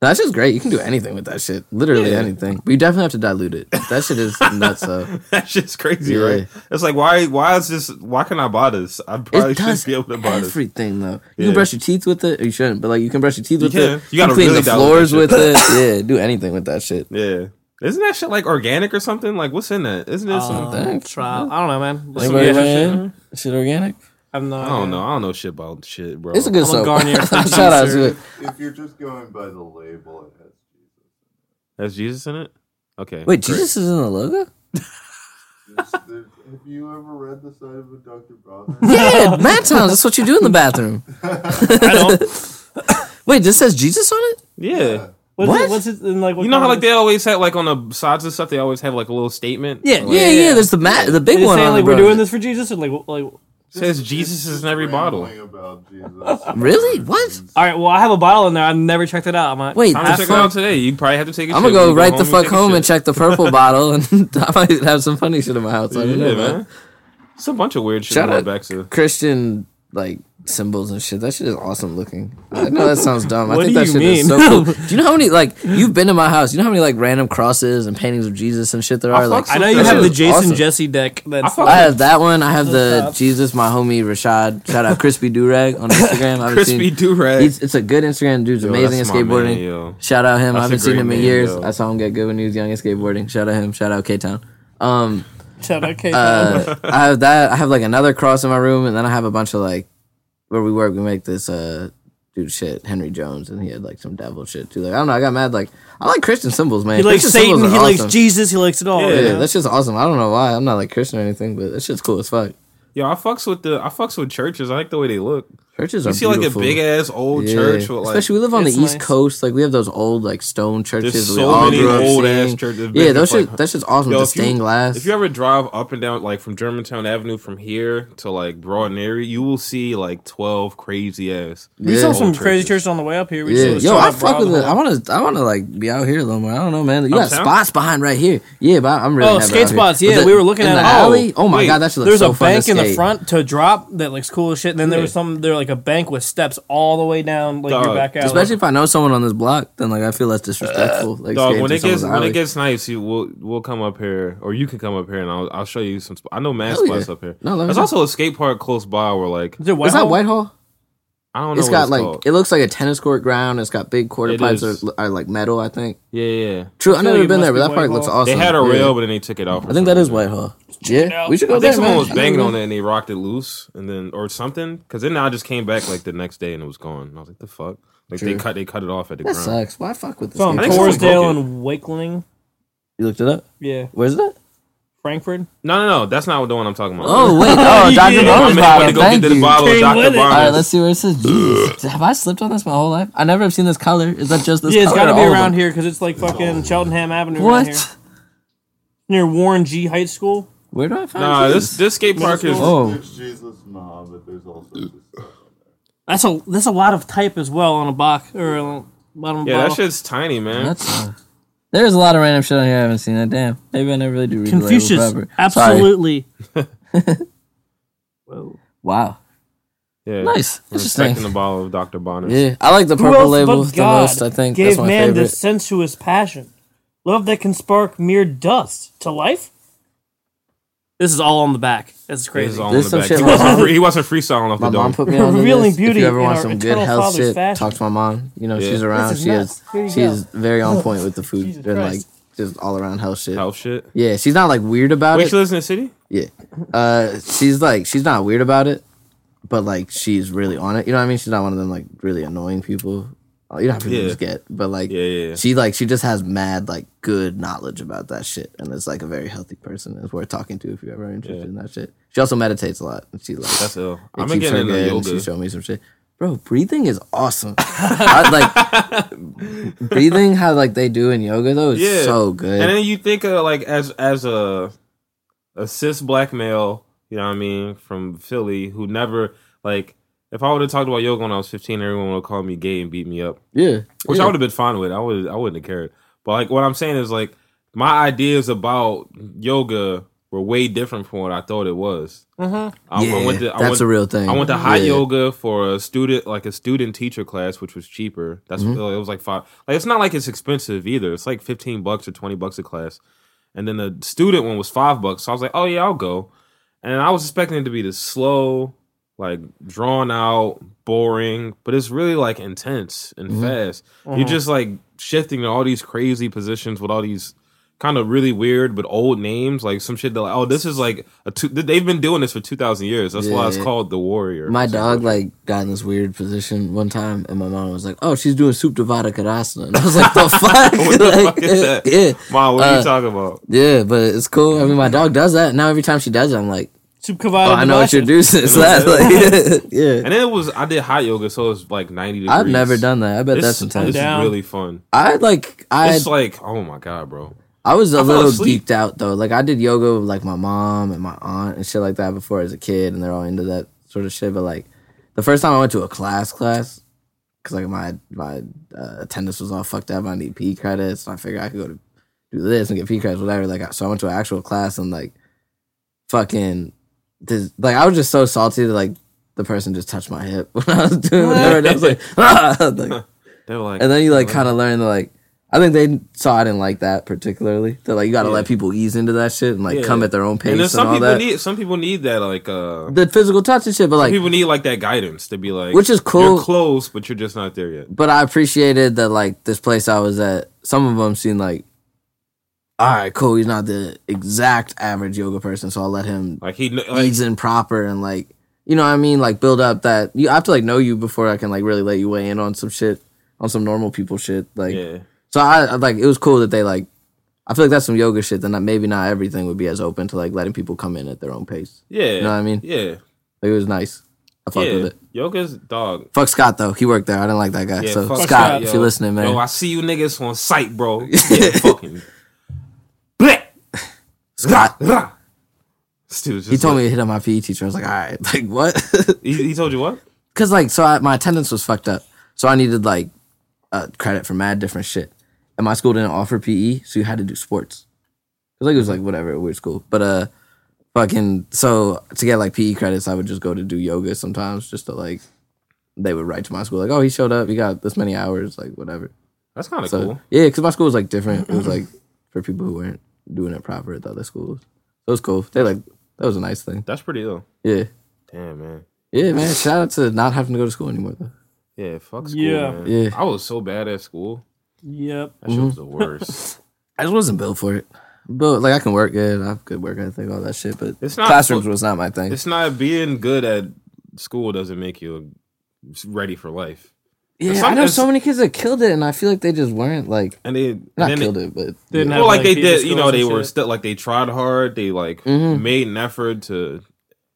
B: That shit's great. You can do anything with that shit. Literally
A: Yeah.
B: anything. But you definitely have to dilute it. That shit is nuts up.
A: That shit's crazy,
B: Yeah.
A: right? It's like why why is this why can I buy this? I probably
B: It
A: should
B: does
A: be able to buy this.
B: everything though. You
A: Yeah.
B: can brush your teeth with it, or you shouldn't. But like you can brush your teeth with
A: can.
B: it.
A: You gotta
B: can clean
A: really
B: the
A: dilute
B: floors
A: that
B: with it. Yeah, do anything with that shit.
A: Yeah. Isn't that shit like organic or something? Like what's in that? Isn't it
C: Um,
A: some
B: Thanks.
C: try- I don't know, man. Listen,
B: Anybody
C: yeah,
B: weigh in? Shit organic.
C: I'm not.
A: I don't know. I don't know shit about shit, bro.
B: It's a good
C: I'm a
B: soap.
C: Garnier
B: Shout out to
C: producer.
B: it.
D: If you're just going by the label, it has Jesus.
A: Has Jesus in it? Okay.
B: Wait,
A: great.
B: Jesus is in the logo?
D: There's- there- Have you ever read the side of a Dr. Bronner?
B: Yeah, man times. That's what you do in the bathroom.
C: I don't.
B: Wait, this says Jesus on it?
A: Yeah.
C: What's
B: What?
C: It, what's it in like? What
A: You know how
C: color
A: like
C: is-
A: they always had like on the sides and stuff, they always have like a little statement.
C: Yeah,
A: Like,
B: Yeah, yeah. there's the mat, the big
C: Are you
B: one.
C: saying
B: on
C: like
B: the
C: we're
B: bro-
C: doing this for Jesus or like wh- like?
A: it says Jesus is in every bottle.
D: Rambling about Jesus.
B: Really? What?
C: All right, well I have a bottle in there. I never checked it out. I'm like,
B: Wait,
A: I'm
B: the
A: gonna check it out
B: fuck?
A: today. You probably have to take a
B: I'm
A: shit.
B: gonna go
A: You
B: right the fuck
A: take a
B: home and
A: shit.
B: check the purple bottle, and I might have some funny shit in my house. I don't
A: Yeah,
B: know, man.
A: man. It's a bunch of weird shit
B: Shout
A: going
B: out-
A: back to.
B: Christian like symbols and shit. That shit is awesome looking. I know that sounds dumb. I
C: What
B: think
C: do
B: that
C: you
B: shit is
C: mean?
B: so cool. Do you know how many like you've been to my house? You know how many like random crosses and paintings of Jesus and shit there are? Like
A: fucks
C: I know
A: with
C: you
A: that.
C: have the
B: That is
C: Jason
B: awesome.
C: Jesse deck.
A: I
C: That's
A: fuck
B: I have that one. I have the
C: Stop.
B: Jesus, my homie Rashad. Shout out Crispy Durag on Instagram. I haven't
A: Crispy
B: seen-
A: do rag.
B: He's, it's a good Instagram. Dude's amazing at
A: that's my man,
B: skateboarding.
A: yo.
B: Shout out him.
A: That's
B: I haven't
A: a
B: seen
A: great
B: him in
A: man,
B: years.
A: yo.
B: I saw him get good when he was young at skateboarding. Shout out him. Shout out K Town. Um,
C: Shout out Kate.
B: uh, I have that. I have like another cross in my room, and then I have a bunch of like where we work. We make this uh dude shit, Henry Jones, and he had like some devil shit too. Like I don't know. I got mad. Like I like Christian symbols, man.
C: he likes
B: Christian
C: Satan.
B: symbols
C: He
B: are
C: likes
B: awesome.
C: Jesus. He likes it all.
A: Yeah,
C: you
B: Yeah,
C: know?
B: that's just awesome. I don't know why. I'm not like Christian or anything, but that shit's cool as fuck.
A: Yo, I fucks with the I fucks with churches. I like the way they look.
B: Churches
A: You
B: are
A: see like a
B: beautiful.
A: big ass old church with like
B: Especially we live on the
C: It's
B: East
C: nice.
B: Coast, like we have those old like stone churches.
A: There's
B: that we
A: so
B: all
A: many
B: grew up
A: old ass
B: seeing.
A: churches,
B: Yeah,
A: man,
B: those
A: just
B: shit,
A: like-
B: that shit's awesome.
A: Yo,
B: the
A: if you-
B: stained glass.
A: If you ever drive up and down like from Germantown Avenue from here to like Broad and Erie, you will see like twelve crazy ass.
C: We saw
B: Yeah.
C: some crazy
A: Churches.
C: churches on the way up here. We
B: Yeah,
C: just
B: yo,
C: showed
B: I
C: up
B: fuck
C: Broad
B: with it. I
C: Hall.
B: want to, I want to like be out here a little more. I don't know, man. You got
A: Uptown?
B: spots behind right here. Yeah, but I'm really
C: Oh,
B: happy
C: skate
B: out here.
C: spots,
B: But
C: yeah,
B: the-
C: we were looking
B: in
C: at
B: the
C: it. Oh,
B: alley. Oh my
A: wait,
B: god, that shit looks
C: There's
B: so
C: a
B: fun to
C: bank in the
B: skate.
C: front to drop that looks cool as shit. And then there was
A: Yeah.
C: some. There like like a bank with steps all the way down like your
A: Dog.
C: back alley.
B: Especially if I know someone on this block, then like I feel that's disrespectful. Like
A: Dog,
B: skating
A: when
B: to
A: it gets
B: someone's
A: when
B: alley.
A: it gets nice, you will we'll come up here, or you can come up here, and I'll I'll show you some. Sp- I know mad
B: Hell yeah.
A: spots up here.
B: No, let me
A: There's
B: know.
A: also a skate park close by where like
C: Is it
B: it's
C: Whitehall?
B: not Whitehall.
A: I don't know.
B: It's
A: what
B: got
A: it's
B: like
A: called.
B: it looks like a tennis court ground. It's got big quarter
A: It
B: pipes
A: is.
B: are, are like metal. I think.
A: yeah, yeah. yeah.
B: True, I've
C: feel
B: never
C: you
B: been there,
C: must
B: but
C: be
B: that park looks
C: Whitehall.
B: awesome.
A: They had a
B: Yeah.
A: rail, but then they took it off.
B: I think that is Whitehall. Yeah, we should go
A: I
B: there.
A: think someone
B: man.
A: was
B: I
A: banging
B: don't
A: on
B: know.
A: it and they rocked it loose, and then or something. Because then I just came back like the next day and it was gone. And I was like, the fuck. Like they
B: True.
A: cut they cut it off at the
B: That
A: ground.
B: sucks. Why fuck with this?
C: It's on
A: I
B: game?
A: think someone
C: Torresdale
A: broke it.
C: and Wakeling.
B: You looked it up.
C: Yeah,
B: Where's that?
C: Frankfurt.
A: No, no, no. That's not the one I'm talking about.
B: Oh wait, oh Dr.
C: Yeah.
A: My man
B: Bones
A: went
B: bottle.
A: to go get
B: Thank
A: the
B: you. All
A: bottle of
C: Came
A: Dr.
C: with it.
A: Barnes.
B: right, let's see where it says. Jeez, have I slipped on this my whole life? I never have seen this color. Is that just this?
C: Yeah, it's
B: color
C: got to
B: or
C: be
B: all of
C: around
B: them?
C: here because it's like fucking Cheltenham Avenue. around here.
B: What?
C: Near Warren G. High School.
B: Where do I find
A: Nah,
B: this?
A: this this skate park is.
B: Oh.
D: There's Jesus, and Muhammad. There's all sorts of stuff.
C: That's a that's a lot of type as well on a box or a bottom
A: Yeah, that
C: bottle.
A: shit's tiny, man.
B: That's. uh, There's a lot of random shit on here I haven't seen. That damn. Maybe I never really do read The
C: Confucius,
B: label proper. Sorry.
C: absolutely. Whoa.
B: Wow.
A: yeah,
B: Nice.
A: We're
B: Interesting.
A: Respecting the bottle of Dr. Bonner.
B: Yeah, I like the
C: Who
B: purple
C: else
B: label
C: but
B: the
C: God
B: most. I think
C: gave
B: that's my
C: man
B: favorite.
C: this sensuous passion, love that can spark mere dust to life. This is all on the back. This is
A: This is
C: crazy.
A: all
B: There's
A: in the
B: some
A: back.
B: shit
A: He
B: like-
A: wasn't, free, he wasnn't freestyling off
B: my
A: the
B: mom
A: dome.
B: put me on to
C: Revealing
B: this.
C: beauty
B: if you ever
C: in
B: want
C: our
B: some good
C: eternal
B: health
C: Father's
B: shit,
C: fashion.
B: talk to my mom. You know
A: Yeah.
B: she's around.
C: This is
B: She
C: nuts.
B: is
C: Here you
B: she
C: go.
B: is very on point with the food
C: Jesus
B: and like
C: Christ.
B: just all around health shit.
A: Health shit.
B: Yeah, she's not like weird about
A: Wait,
B: it.
A: she lives in the city?
B: Yeah. Uh, she's like, she's not weird about it, but like, she's really on it. You know what I mean? She's not one of them like really annoying people. Oh, You know how people
A: Yeah.
B: just get, but like,
A: Yeah, yeah, yeah.
B: she like, she just has mad, like, good knowledge about that shit. And is like a very healthy person. Is worth talking to if you're ever interested in that shit. She also meditates a lot. And she like,
A: That's ill.
B: it
A: I've been
B: keeps her
A: getting into
B: good, and She
A: yoga.
B: showed me some shit. Bro, breathing is awesome. I, like breathing, how like they do in yoga though, is
A: Yeah.
B: so good.
A: And then you think of like as as a a cis black male, you know what I mean, from Philly, who never like if I would have talked about yoga when I was fifteen, everyone would call me gay and beat me up.
B: yeah,
A: Which
B: yeah.
A: I would have been fine with. I would I wouldn't have cared. But like what I'm saying is like my ideas about yoga were way different from what I thought it was.
C: Mhm.
A: I, I went to, I
B: Mm-hmm. that's
A: went,
B: a real thing.
A: I went to high
B: Yeah.
A: yoga for a student, like a student teacher class, which was cheaper. That's
B: Mm-hmm.
A: it was like five. Like it's not like it's expensive either. It's like fifteen bucks or twenty bucks a class, and then the student one was five bucks. So I was like, oh yeah, I'll go. And I was expecting it to be this slow, like drawn out, boring, but it's really like intense and
B: Mm-hmm.
A: fast. You're just like shifting to all these crazy positions with all these kind of really weird but old names, like some shit. That like, oh, this is like a two, they've been doing this for two thousand years. That's why it's
B: Yeah.
A: called the warrior.
B: My dog like got in this weird position one time, and my mom was like, "Oh, she's doing Supta Vada Kadasana," and I was like, "The fuck?"
A: What the
B: Like,
A: fuck is that?
B: Yeah,
A: Ma, what are you
B: Uh,
A: talking about?
B: yeah, but it's cool. I mean, my dog does that now. Every time she does it, I'm like,
C: Subkavada
B: "Oh, I know what you're
C: Devasa.
B: doing." It's that, like, yeah.
A: And then it was I did hot yoga, so it was like ninety degrees.
B: I've never done that. I bet
A: It's-
B: that's intense.
A: It's
C: Down.
A: really fun.
B: I like I
A: It's like oh my god, bro.
B: I was a
A: I fell
B: little
A: asleep.
B: geeked out though. Like I did yoga with like my mom and my aunt and shit like that before as a kid, and they're all into that sort of shit. But like the first time I went to a class class, because like my my uh, attendance was all fucked up. I need P credits, and I figured I could go to do this and get P credits, whatever. Like so, I went to an actual class and like fucking this. Like I was just so salty that like the person just touched my hip when I was doing whatever. And I was like, ah! like
A: They were like,
B: and then you like kind of learn that like I think they saw I didn't like that particularly. That like you got to
A: Yeah.
B: let people ease into that shit and like
A: Yeah.
B: come at their own pace
A: and then
B: and,
A: some
B: all
A: people
B: that.
A: need some people need that like uh
B: the physical touch and shit, but like,
A: people need like that guidance to be like
B: Which is cool.
A: You're close, but you're just not there yet.
B: but I appreciated that like this place I was at. Some of them seemed like, all right, cool. He's not the exact average yoga person, so I'll let him
A: Like he kn- like
B: ease in proper and like you know what I mean. Like build up that you I have to like know you before I can like really let you weigh in on some shit on some normal people shit. Like
A: yeah.
B: So I I, like it was cool that they like. I feel like that's some yoga shit. Then maybe not everything would be as open to like letting people come in at their own pace.
A: Yeah.
B: know what I mean?
A: Yeah.
B: Like, it was nice. I fucked
A: Yeah.
B: with it.
A: Yoga's dog.
B: Fuck Scott though. He worked there. I didn't like that guy.
A: Yeah,
B: so
A: fuck
B: Scott,
A: Scott,
B: if
A: yo.
B: you're listening, man,
A: Yo, I see you niggas on site, bro. Yeah, fucking. Blech.
B: Scott.
A: Rah. This dude was
B: He
A: just
B: told
A: like-
B: me to hit up my PE teacher. I was like, all right, like what?
A: He, he told you what?
B: Because like so I, my attendance was fucked up. So I needed like uh, credit for mad different shit, and my school didn't offer PE, so you had to do sports. Cause like it was like whatever a weird school, but uh, E fucking so to get like PE credits, I would just go to do yoga sometimes just to like they would write to my school like, "Oh, he showed up. He got this many hours, like whatever."
A: That's kind of
B: So
A: cool.
B: yeah, because my school was like different. It was like for people who weren't doing it proper at the other schools. It was cool. They like that was a nice thing.
A: That's pretty ill.
B: Yeah,
A: Damn man.
B: yeah, man. Shout out to not having to go to school anymore though.
A: Yeah, fuck school.
C: Yeah.
A: man.
B: Yeah. Mm-hmm.
A: I was so bad at school.
C: Yep.
A: That shit was the worst.
B: I just wasn't built for it. But like I can work good. I have good work ethic, all that shit. But
A: It's not-
B: classrooms was not my thing.
A: it's not being good at school doesn't make you ready for life.
B: Yeah,
A: some-
B: I know
A: it's-
B: so many kids that killed it, and I feel like they just weren't like
A: And they and
B: not
A: then
B: killed it, but
C: Didn't
A: well, like,
C: like,
A: they
C: people
A: did, you know,
C: skills
A: they
C: and
A: were
C: shit. Mm-hmm.
A: still like they tried hard. They like
B: Mhm.
A: made an effort to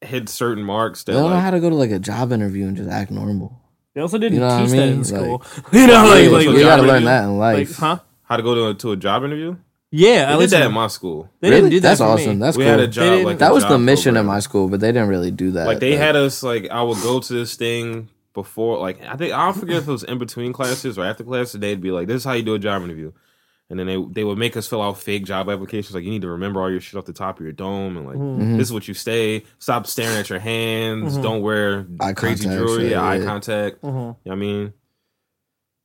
A: hit certain marks.
B: they
A: That
B: don't know
A: like,
B: how to go to like a job interview and just act normal.
C: They also didn't
B: You know what I
C: teach that in
B: mean?
C: school. you know, like,
B: Yeah,
C: like
B: you
A: job
B: gotta
A: interview.
B: learn that in
C: Like,
B: life.
C: huh?
A: how to go to, to a job interview.
C: Yeah,
A: I
C: I
A: did that
C: listened.
A: at my school.
C: They
B: Really?
C: didn't do that.
B: That's
C: for
B: awesome.
C: Me.
B: That's
A: we
B: cool.
A: had a job.
C: didn't-
A: like
B: that
A: a
B: was the
A: job
B: mission
A: program.
B: at my school, but they didn't really do that.
A: Like they had us like I would go to this thing before like I think I don't forget if it was in between classes or after class. and They'd be like, "This is how you do a job interview," and then they they would make us fill out fake job applications. Like you need to remember all your shit off the top of your dome, and like this is what you say. Stop staring at your hands. Don't wear
B: Eye
A: crazy
B: contact,
A: jewelry.
B: shit,
A: yeah, Eye
B: yeah.
A: contact.
C: Mhm.
A: You know what I mean,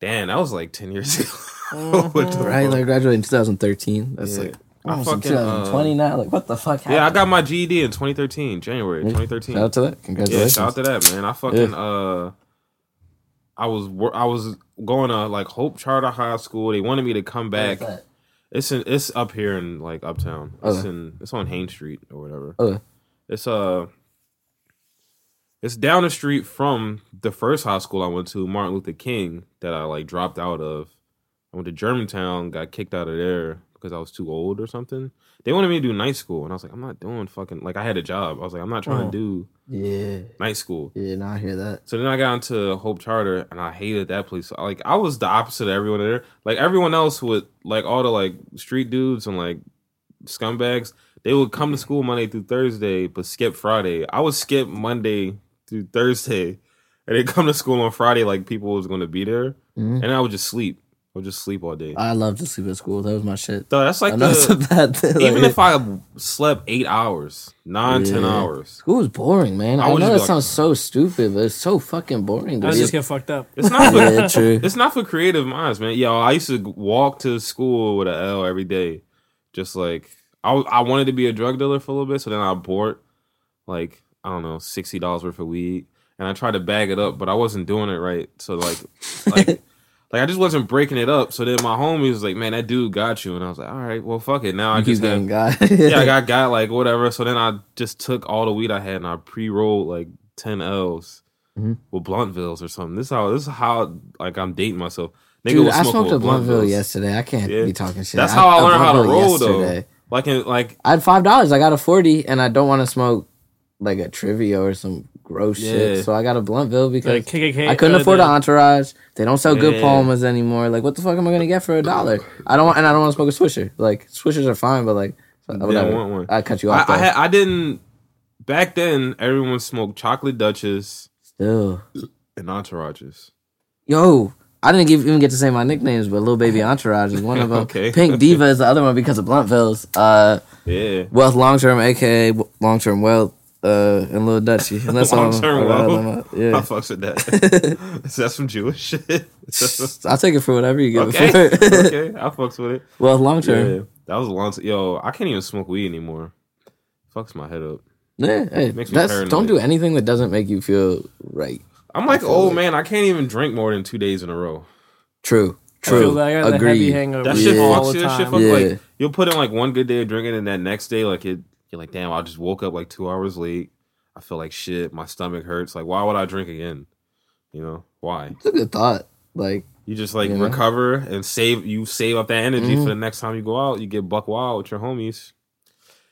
A: damn, that was like ten years ago. What the
B: right,
A: fuck?
B: like I graduated in 2013. That's
A: Yeah.
B: like
A: I
B: almost in
A: fucking uh,
B: 2020 now. Like what the fuck? Happened?
A: yeah, I got my GED in 2013, January 2013.
B: Shout out to that.
A: Yeah,
B: Congratulations.
A: shout out to that, man. I fucking uh, I was wor- I was going to like Hope Charter High School. They wanted me to come back.
B: that?
A: It's in it's up here in like Uptown. It's
B: Okay.
A: in it's on Haines Street or whatever.
B: Okay.
A: It's uh, it's down the street from the first high school I went to, Martin Luther King, that I like dropped out of. I went to Germantown, got kicked out of there because I was too old or something. They wanted me to do night school, and I was like, I'm not doing fucking like I had a job. I was like, I'm not trying to
C: Oh.
A: do
B: Yeah,
A: night school.
B: yeah. Now I hear that.
A: So then I got into Hope Charter and I hated that place. Like I was the opposite of everyone there. Like everyone else would like all the like street dudes and like scumbags, they would come to school Monday through Thursday, but skip Friday. I would skip Monday through Thursday. And they come to school on Friday like people was gonna be there.
B: Mhm.
A: And I would just sleep. I would just sleep all day.
B: I loved to sleep at school. That was my shit.
A: so that's like
B: I know it's a
A: the,
B: bad thing. like,
A: even if I slept eight hours, nine, ten
B: Yeah.
A: hours.
B: School was boring, man.
A: I
B: I,
A: would
B: know
A: just
B: that
A: be like-
B: sounds so stupid, but it's so fucking boring. To
C: I
B: be
C: just
B: a-
C: get fucked up.
A: It's not for,
B: yeah, true.
A: It's not for creative minds, man. Yo, I used to walk to school with an L every day. Just like I, I wanted to be a drug dealer for a little bit, so then I bought like I don't know sixty dollars worth of weed, and I tried to bag it up, but I wasn't doing it right. So like, like, like I just wasn't breaking it up. So then my homie was like, "Man, that dude got you," and I was like, "All right, well, fuck it." Now I
B: You keep
A: just
B: getting
A: have,
B: guy.
A: yeah, I got got like whatever. So then I just took all the weed I had and I pre rolled like ten L's
B: Mhm.
A: with Bluntvilles or something. This is how this is how like I'm dating myself. Nigga
B: Dude,
A: was
B: I smoked
A: smoking
B: a
A: with Bluntville
B: Bluntville yesterday. I can't
A: Yeah.
B: be talking shit.
A: That's how I
B: a
A: learned how to
B: Bluntville
A: roll, though. Like in, like
B: I had five dollars. I got a forty, and I don't want to smoke like a trivia or some gross
A: Yeah.
B: shit. So I got a Bluntville because
C: Like KKK.
B: I couldn't
C: uh,
B: afford
C: the-
B: an entourage. They don't sell good
A: Yeah.
B: Palmas anymore. Like, what the fuck am I gonna get for a dollar? I don't, want, and I don't want to smoke a Swisher. Like, Swishers are fine, but like, whatever.
A: want one.
B: I cut you
A: I
B: off.
A: I,
B: though.
A: had, I didn't back then. Everyone smoked chocolate duchess
B: Still.
A: and entourages.
B: Yo, I didn't give, even get to say my nicknames, but Lil Baby Entourage is one of them.
A: Okay.
B: Pink Diva is the other one because of Bluntville's. Uh,
A: Yeah,
B: Wealth Long Term, aka Long Term Wealth, uh, and Lil Dutchie. And that's
A: Long
B: all-
A: Term
B: all right,
A: Wealth.
B: I'm, uh,
A: I fucks with that. That's some Jewish shit.
B: Yeah. I'll take it for whatever you give
A: okay,
B: it for.
A: okay, I fucks with it.
B: Wealth Long Term.
A: Yeah, that was a long time. Yo, I can't even smoke weed anymore. Fucks my head up.
B: Yeah. hey,
A: Makes me
B: that's, don't
A: paranoid.
B: do anything that doesn't make you feel right.
A: I'm like,
B: feel
A: old
B: it.
A: man, I can't even drink more than two days in a row.
B: True.
C: I feel
B: True.
C: like I got the heavy
B: Agreed.
C: hangover
A: That shit
B: Yeah.
A: fucks
C: all the
A: you. That shit
C: time.
A: fuck,
B: Yeah.
A: like you'll put in like one good day of drinking, and that next day, like it, you're like, damn, I just woke up like two hours late. I feel like shit. My stomach hurts. Like, why would I drink again? You know why?
B: It's a good thought. Like,
A: You just like
B: You know?
A: recover and save. You save up that energy
B: Mm-hmm.
A: for the next time you go out. You get buck wild with your homies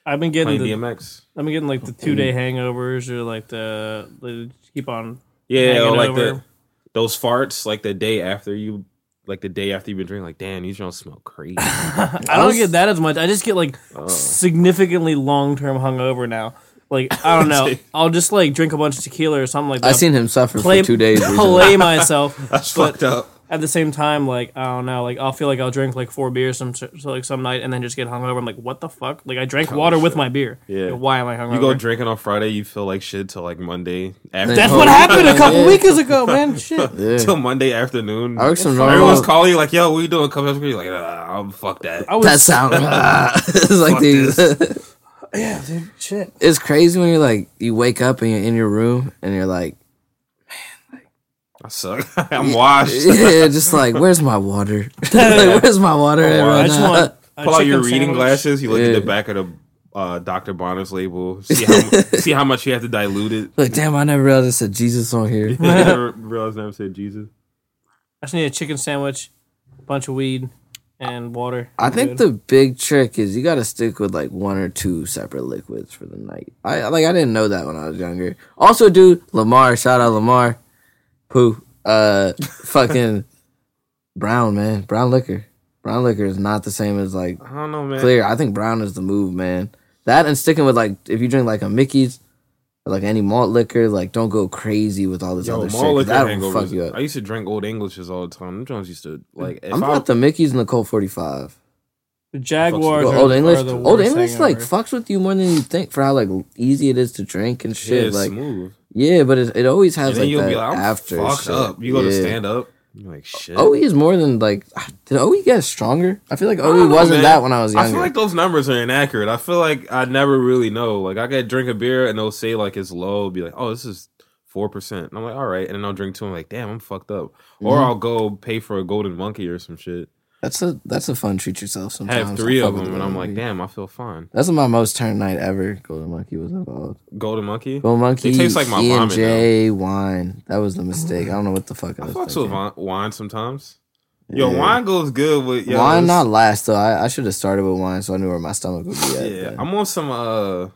C: I've been getting
A: playing
C: the,
A: DMX.
C: I've been getting like the two day hangovers or like the, the keep on.
A: Yeah,
C: Hanging
A: or like the
C: over.
A: those farts, like the day after you, like the day after you've been drinking. Like, damn, these don't smell crazy.
C: I don't get that as much. I just get like
A: Oh.
C: significantly long term hungover now. Like I don't know. I'll just like drink a bunch of tequila or something like that.
B: I seen him suffer
C: play
B: for two days. recently.
C: play myself.
A: That's fucked up.
C: at the same time, like I don't know, like I'll feel like I'll drink like four beers some so, like some night and then just get hungover. I'm like, what the fuck? Like I drank water with my beer.
A: Oh, Yeah.
C: Like, why am I hungover?
A: You go drinking on Friday, you feel like shit till like Monday. After
C: That's
B: Oh,
C: what happened a couple
B: yeah.
C: weeks ago, man. Shit.
B: Yeah.
A: till Monday afternoon.
B: I Oh. worked some
A: Everyone's
B: normal.
A: calling you like, "Yo, what you doing?" Come up to me like, nah, "I'm fuck that."
C: I was
B: that sound. it's like
A: Fuck
B: these.
C: yeah, dude, shit.
B: it's crazy when you're like you wake up and you're in your room and you're like,
A: I suck. I'm washed.
B: yeah, just like where's my water? like, where's my water? at
A: Wow,
B: right
C: Oh, I just
B: now?
C: want a
A: Pull out your
C: chicken
A: reading
C: sandwich.
A: glasses. You look
B: Yeah.
A: at the back of the uh, Dr. Bonner's label. See how see how much you have to dilute it.
B: Like damn, I never realized it said Jesus on here.
A: You never realized I never said Jesus.
C: I just need a chicken sandwich, a bunch of weed, and water.
B: I think the big trick is you got to stick with like one or two separate liquids for the night. I I- like I didn't know that when I was younger. Also, dude, Lamar, shout out Lamar, who uh fucking brown man, brown liquor, brown liquor is not the same as like
A: I don't know, man.
B: clear. I think brown is the move, man. That and sticking with like if you drink like a Mickey's or like any malt liquor, like don't go crazy with all this
A: Yo,
B: other shit.
A: malt
B: 'cause
A: liquor
B: That'll fuck
A: hangovers.
B: you up.
A: I used to drink old Englishes all the time. Them Jones used to like. If
B: I'm
A: I,
B: not the Mickey's and the Colt 45.
C: The Jaguars.
A: Well,
B: But
C: are,
B: old English,
C: are the
B: old
C: worst
B: English,
C: hangover.
B: like fucks with you more than you think for how like easy it is to drink and
A: yeah,
B: shit.
A: it's
B: like
A: smooth.
B: yeah, but it, it always has
A: And then
B: like
A: you'll
B: that
A: be like, I'm
B: after
A: fucked
B: shit.
A: up. You go to
B: Yeah. Oh,
A: stand up. You're like, shit.
B: OE is more than like did OE get stronger? I feel like
A: I
B: OE
A: don't know,
B: wasn't
A: man.
B: that when I was
A: I
B: younger.
A: feel like those numbers are inaccurate. I feel like I never really know. Like I could drink a beer and they'll say like it's low, be like, oh, this is four percent. And I'm like, all right. And then I'll drink two. I'm like, damn, I'm fucked up.
B: Mm-hmm.
A: Or I'll go pay for a golden monkey or some shit.
B: that's a that's a fun treat yourself sometimes.
A: Have
B: I
A: three
B: fuck
A: of
B: with
A: them,
B: the
A: and I'm like,
B: OE.
A: damn, I feel fine.
B: That's my most turned night ever. Golden Monkey was involved.
A: Golden monkey.
B: Golden Monkey,
A: tastes like my
B: E and
A: vomit,
B: J wine. That was the mistake. I don't know what the fuck I
A: I
B: was
A: fucks with
B: thinking.
A: wine, wine sometimes. Yo,
B: Yeah.
A: wine goes good with yo,
B: wine
A: it's-
B: not last though. I, I should have started with wine so I knew where my stomach would be at.
A: Yeah,
B: but-
A: I'm on some. uh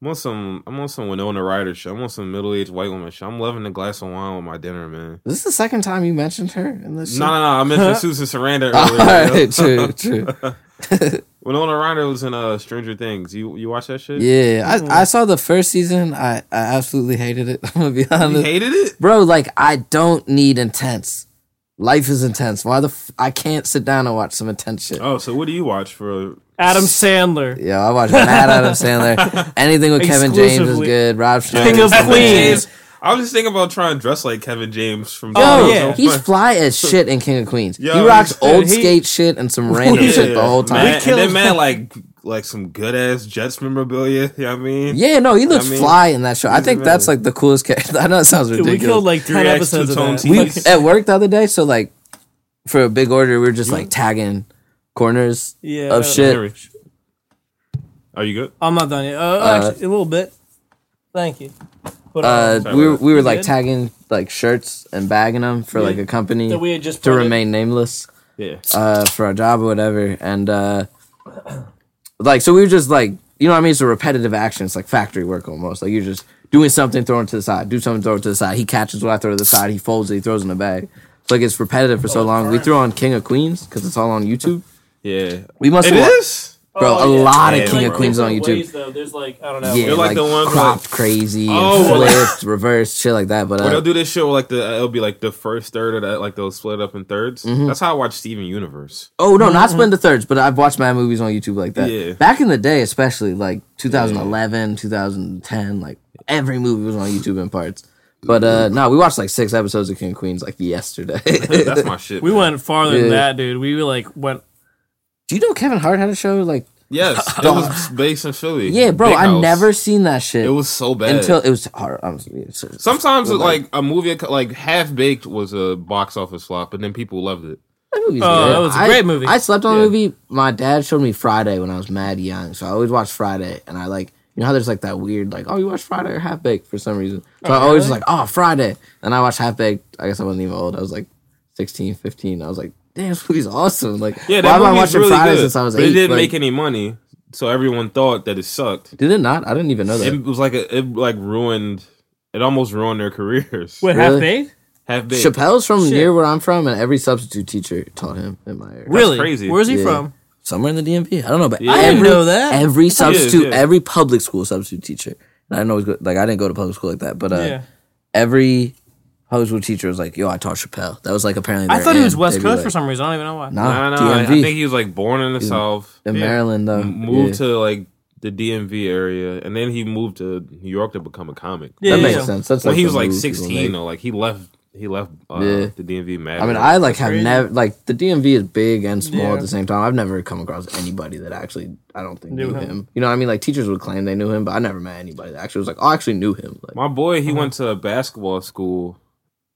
A: I'm on some. I'm on some Winona Ryder shit. I'm on some middle aged white woman shit. I'm loving a glass of wine with my dinner, man.
B: Is this the second time you mentioned her in this?
A: No, no, no. I mentioned Susan Sarandon
B: All
A: earlier.
B: right, true, true.
A: Winona Ryder was in uh, Stranger Things. You you watch that shit?
B: Yeah, I, I saw the first season. I, I absolutely hated it. I'm gonna be
A: You
B: honest,
A: hated it?
B: bro. Like I don't need intense. Life is intense. Why the f- I can't sit down and watch some intense shit.
A: Oh, so what do you watch for?
C: Adam Sandler,
B: Yeah, I watch Mad Adam Sandler. Anything with Kevin James is
C: Exclusively.
B: good. Rob Schneider.
C: King of
B: is the man.
C: Queens.
A: I was just thinking about trying to dress like Kevin James from.
C: Oh,
B: Yo,
C: yeah.
B: he's fly as shit in King of Queens.
A: Yo,
B: he rocks
A: he's-
B: old
C: dude, he-
B: skate shit and some random
A: Yeah.
B: shit the whole time.
A: Man,
C: killed-
A: and then man, like like some good ass Jets memorabilia. You know what I mean?
B: Yeah, no, he looks
A: I mean,
B: fly in that show. I
A: he's
B: think
A: amazing.
B: that's like the coolest character. I know it sounds
C: Dude,
B: ridiculous.
C: we killed like ten
A: Three acts,
C: episodes of
A: two-tone
C: that.
A: team.
B: we at work the other day, so like for a big order, we were just like tagging corners
C: Yeah.
B: of shit.
A: Henry, Are you good?
C: I'm not done yet. Uh, actually, a little bit. Thank you. But
B: Uh,
C: uh,
A: Sorry,
B: we were,
A: what?
B: we were
C: You
B: like
C: good?
B: tagging like shirts and bagging them for like a company
C: that we had just
B: to
C: put it-
B: remain nameless
A: Yeah.
B: uh, for our job or whatever. And uh, like, so we were just like, you know what I mean? It's a repetitive action. It's like factory work almost. Like you're just doing something, throwing it to the side, do something, throw it to the side. He catches what I throw to the side. He folds it, he throws it in the bag. It's like it's repetitive for
C: Oh,
B: so long. We threw on King of Queens because it's all on YouTube.
A: Yeah.
B: We must
A: It
B: have-
A: is.
B: bro.
C: Oh,
B: a
C: yeah.
B: lot
A: Yeah,
B: of King
A: bro.
B: of Queens on
C: different
B: YouTube.
C: ways, though. There's like I don't know.
B: Yeah,
A: They're
B: like,
A: like the ones
B: cropped crazy
A: Oh,
B: and
A: well, like-
B: flipped, reversed, shit like that. But
A: Or they'll
B: uh,
A: do this shit where like the it'll be like the first third of that, like they'll split it up in 3rds
B: Mm-hmm.
A: That's how I watch Steven Universe.
B: oh no, not split into thirds. But I've watched mad movies on YouTube like that.
A: Mm. Yeah.
B: Back in the day, especially like 2011, 2010, like every movie was on YouTube in parts. But
A: Mm.
B: uh no, we watched like six episodes of King of Queens like yesterday. Do
A: That's my shit.
C: We
A: man.
C: went farther
B: Yeah.
C: than that, dude. We like went.
B: you know Kevin Hart had a show like?
A: Yes, it was based in Philly.
B: Yeah, bro,
A: Big
B: I
A: House.
B: never seen that shit.
A: It was so bad.
B: until it was hard. I'm, it's- it's-
A: Sometimes like a movie like half baked was a box office flop, but then people loved it.
B: That movie's
C: Oh,
B: good.
C: that was a
B: I-
C: great movie.
B: I slept on
A: Yeah.
B: the movie. My dad showed me Friday when I was mad young, so I always watched Friday. And I like, you know how there's like that weird like, oh, you watch Friday or Half Baked for some reason. So I always was like, oh, Friday. And I watched Half Baked. I guess I wasn't even old. I was like 16, 15. I was like, damn, this movie's awesome. Like,
A: Yeah,
B: why
A: that
B: am I
A: movie
B: watching
A: really
B: Friday
A: good.
B: since I was
A: but
B: eight?
A: it didn't
B: Like,
A: make any money, so everyone thought that it sucked.
B: did it not? I didn't even know that.
A: It was like a, it like ruined. It almost ruined their careers.
C: Wait,
B: Really?
C: half baked?
A: Half baked.
B: Chappelle's from
C: Shit.
B: near where I'm from, and every substitute teacher taught him in my area.
C: Really?
A: crazy.
C: Where's he
B: Yeah.
C: from?
B: somewhere in the DMV. I don't know, but
A: Yeah. I
B: every,
A: didn't
C: know that.
B: every
A: Oh,
B: substitute,
A: yeah.
B: every public school substitute teacher. And I didn't always go, like I didn't go to public school like that, but uh,
C: Yeah.
B: every Hosewell teacher was like, "Yo, I taught Chappelle." That was like apparently.
C: I
B: their
C: thought he was
B: end.
C: West
B: They'd be
C: Coast
B: like,
C: for some reason. I don't even know why.
A: I
B: Nah,
A: know. I, I
B: DMV.
A: think he was like born in the South,
B: in
A: Yeah.
B: Maryland though.
A: moved
B: Yeah.
A: to like the DMV area, and then he moved to New York to become a comic.
C: Yeah,
B: that
C: yeah,
B: makes
C: yeah.
B: sense. That's
A: when
B: like
A: he
B: the
A: was like
B: move people make.
A: sixteen, though, like he left, he left uh,
B: Yeah.
A: the DMV mad.
B: I mean, I like have
C: crazy.
B: never like the DMV is big and small
C: Yeah.
B: at the same time. I've never come across anybody that actually I don't think
C: Knew
B: knew
C: him.
B: him. You know, what I mean, like teachers would claim they knew him, but I never met anybody that actually was like, oh, I actually knew him. Like,
A: my boy,
B: Uh-huh.
A: he went to a basketball school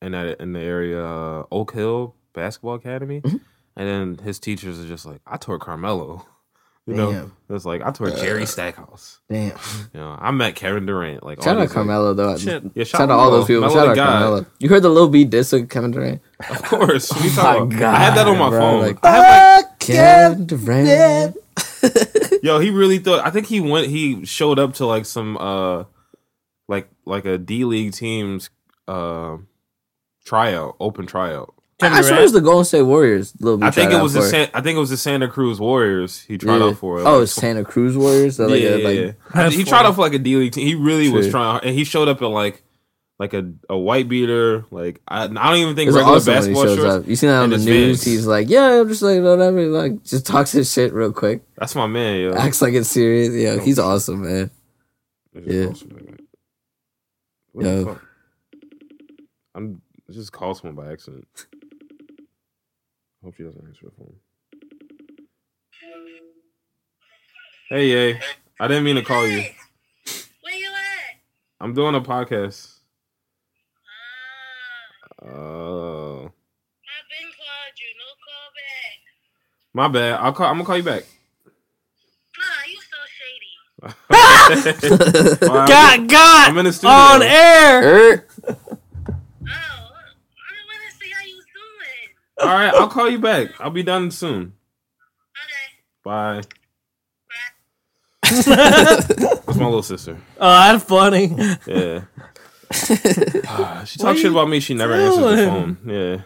A: in that in the area, uh, Oak Hill Basketball Academy,
B: Mm-hmm.
A: and then his teachers are just like, I tore Carmelo. You know,
B: Damn. Uh.
A: it's like I tore Jerry Stackhouse.
B: damn.
A: You know, I met Kevin Durant. Like, all
B: Shout out
A: these, like-
B: Carmelo though.
C: Shit.
A: Yeah,
B: Shout out all those people.
A: Melo
B: Shout
A: the
B: out
A: God.
B: Carmelo. You heard the Lil B diss of Kevin Durant?
A: Of course. What are you
B: Oh
A: talking about? I had that on my
B: bro,
A: phone.
B: like,
A: I had
B: "Fuck Kevin Durant.
A: like, yo, he really thought I think he went he showed up to like some uh like like a D League team's uh tryout, open tryout.
C: Kevin
B: I swear it
C: Durant.
B: was the Golden State Warriors. Lil B
A: I think
B: tried
A: it
B: out
A: was the
B: for.
A: San, I think it was the Santa Cruz Warriors he tried
B: Yeah.
A: out for.
B: Oh,
A: like,
B: it's Santa Cruz Warriors. They're like,
A: yeah,
B: a-
A: yeah,
B: like-
A: yeah. I- He
C: That's
A: tried
C: funny.
A: out for like a D League team. He really was
B: Shit.
A: trying, and he showed up in like like a, a white beater. Like I, I don't even think
B: It's
A: regular
B: awesome when he
A: "Oh, basketball
B: shows
A: shorts.
B: up. You seen that on
A: and
B: the
A: his
B: news?
A: Vans.
B: He's like, yeah, I'm just like whatever. Like, just talks his shit real quick.
A: That's my man, yo.
B: Acts like it's serious. Yeah, he's awesome, man. Yeah.
A: What
B: Yo.
A: the fuck? I'm I just called someone by accident. Hope she doesn't answer the phone. Hey, yay. I didn't mean to call you.
E: Where you at?
A: I'm doing a podcast.
E: Ah,
A: Oh,
E: I've been called you. No call
A: my
E: back.
A: bad. I'll call. I'm gonna call you back.
E: Nah, you so shady.
A: Alright,
C: God, God,
A: I'm in the studio.
C: on air.
B: Er,
E: Oh, I want to see how you doing.
A: All right, I'll call you back. I'll be done soon.
E: Okay.
A: Bye. That's my little sister.
C: Oh, that's funny.
A: Yeah. Ah, she talks shit about me. She never answers the phone.
C: doing?
A: Yeah.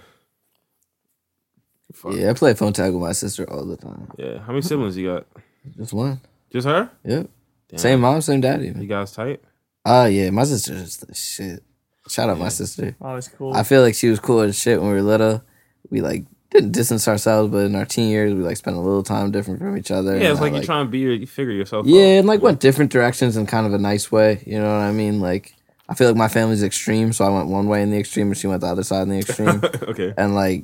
A: Fuck.
B: yeah, I play phone tag with my sister all the time.
A: Yeah. How many siblings you got?
B: Just one.
A: Just her?
B: Yep.
A: Damn.
B: Same mom, same dad.
A: You
B: Even.
A: guys tight?
B: Oh yeah, my sister's just the shit. Shout out my sister.
C: Oh, that's cool.
B: I feel like she was cool as shit when we were little. We like didn't distance ourselves, but in our teen years, we like spent a little time different from each other.
A: Yeah,
B: and
A: it's
B: I,
A: like, you trying to be your, you figure yourself out.
B: Yeah, and like went different directions in kind of a nice way. You know what I mean? Like I feel like my family's extreme, so I went one way in the extreme, and she went the other side in the extreme,
A: okay.
B: and like,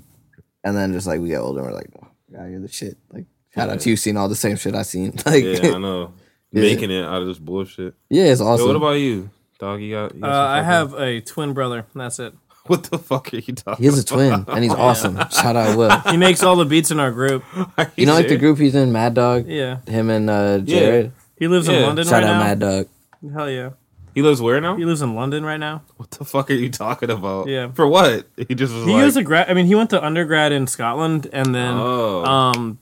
B: and then just like we get older, and we're like, oh, yeah, you're the shit. Like shout out to you, seeing all the same shit I seen. Like
A: Yeah,
B: yeah,
A: I know.
B: Yeah.
A: Making it out of this bullshit.
B: it's
A: Yo,
B: awesome.
A: what about you, dog? You got? You
C: uh,
A: got some
C: I
A: fucking-
C: have a twin brother. and That's it.
A: What the fuck are you talking?
B: he has a twin, and he's awesome. Shout out Will.
C: He makes all the beats in our group.
A: Are
B: You know, like the
A: serious?
B: group he's in, Mad Dog.
C: Yeah,
B: Him and uh, Jared.
C: he lives in
A: Yeah.
C: London
B: Shout
C: right
B: out
C: now.
B: Mad Dog.
C: Hell yeah,
A: He lives where now?
C: he lives in London right now.
A: What the fuck are you talking about?
C: Yeah.
A: For what? He just was
C: He
A: like.
C: was a grad. I mean, he went to undergrad in Scotland and then
A: oh.
C: um,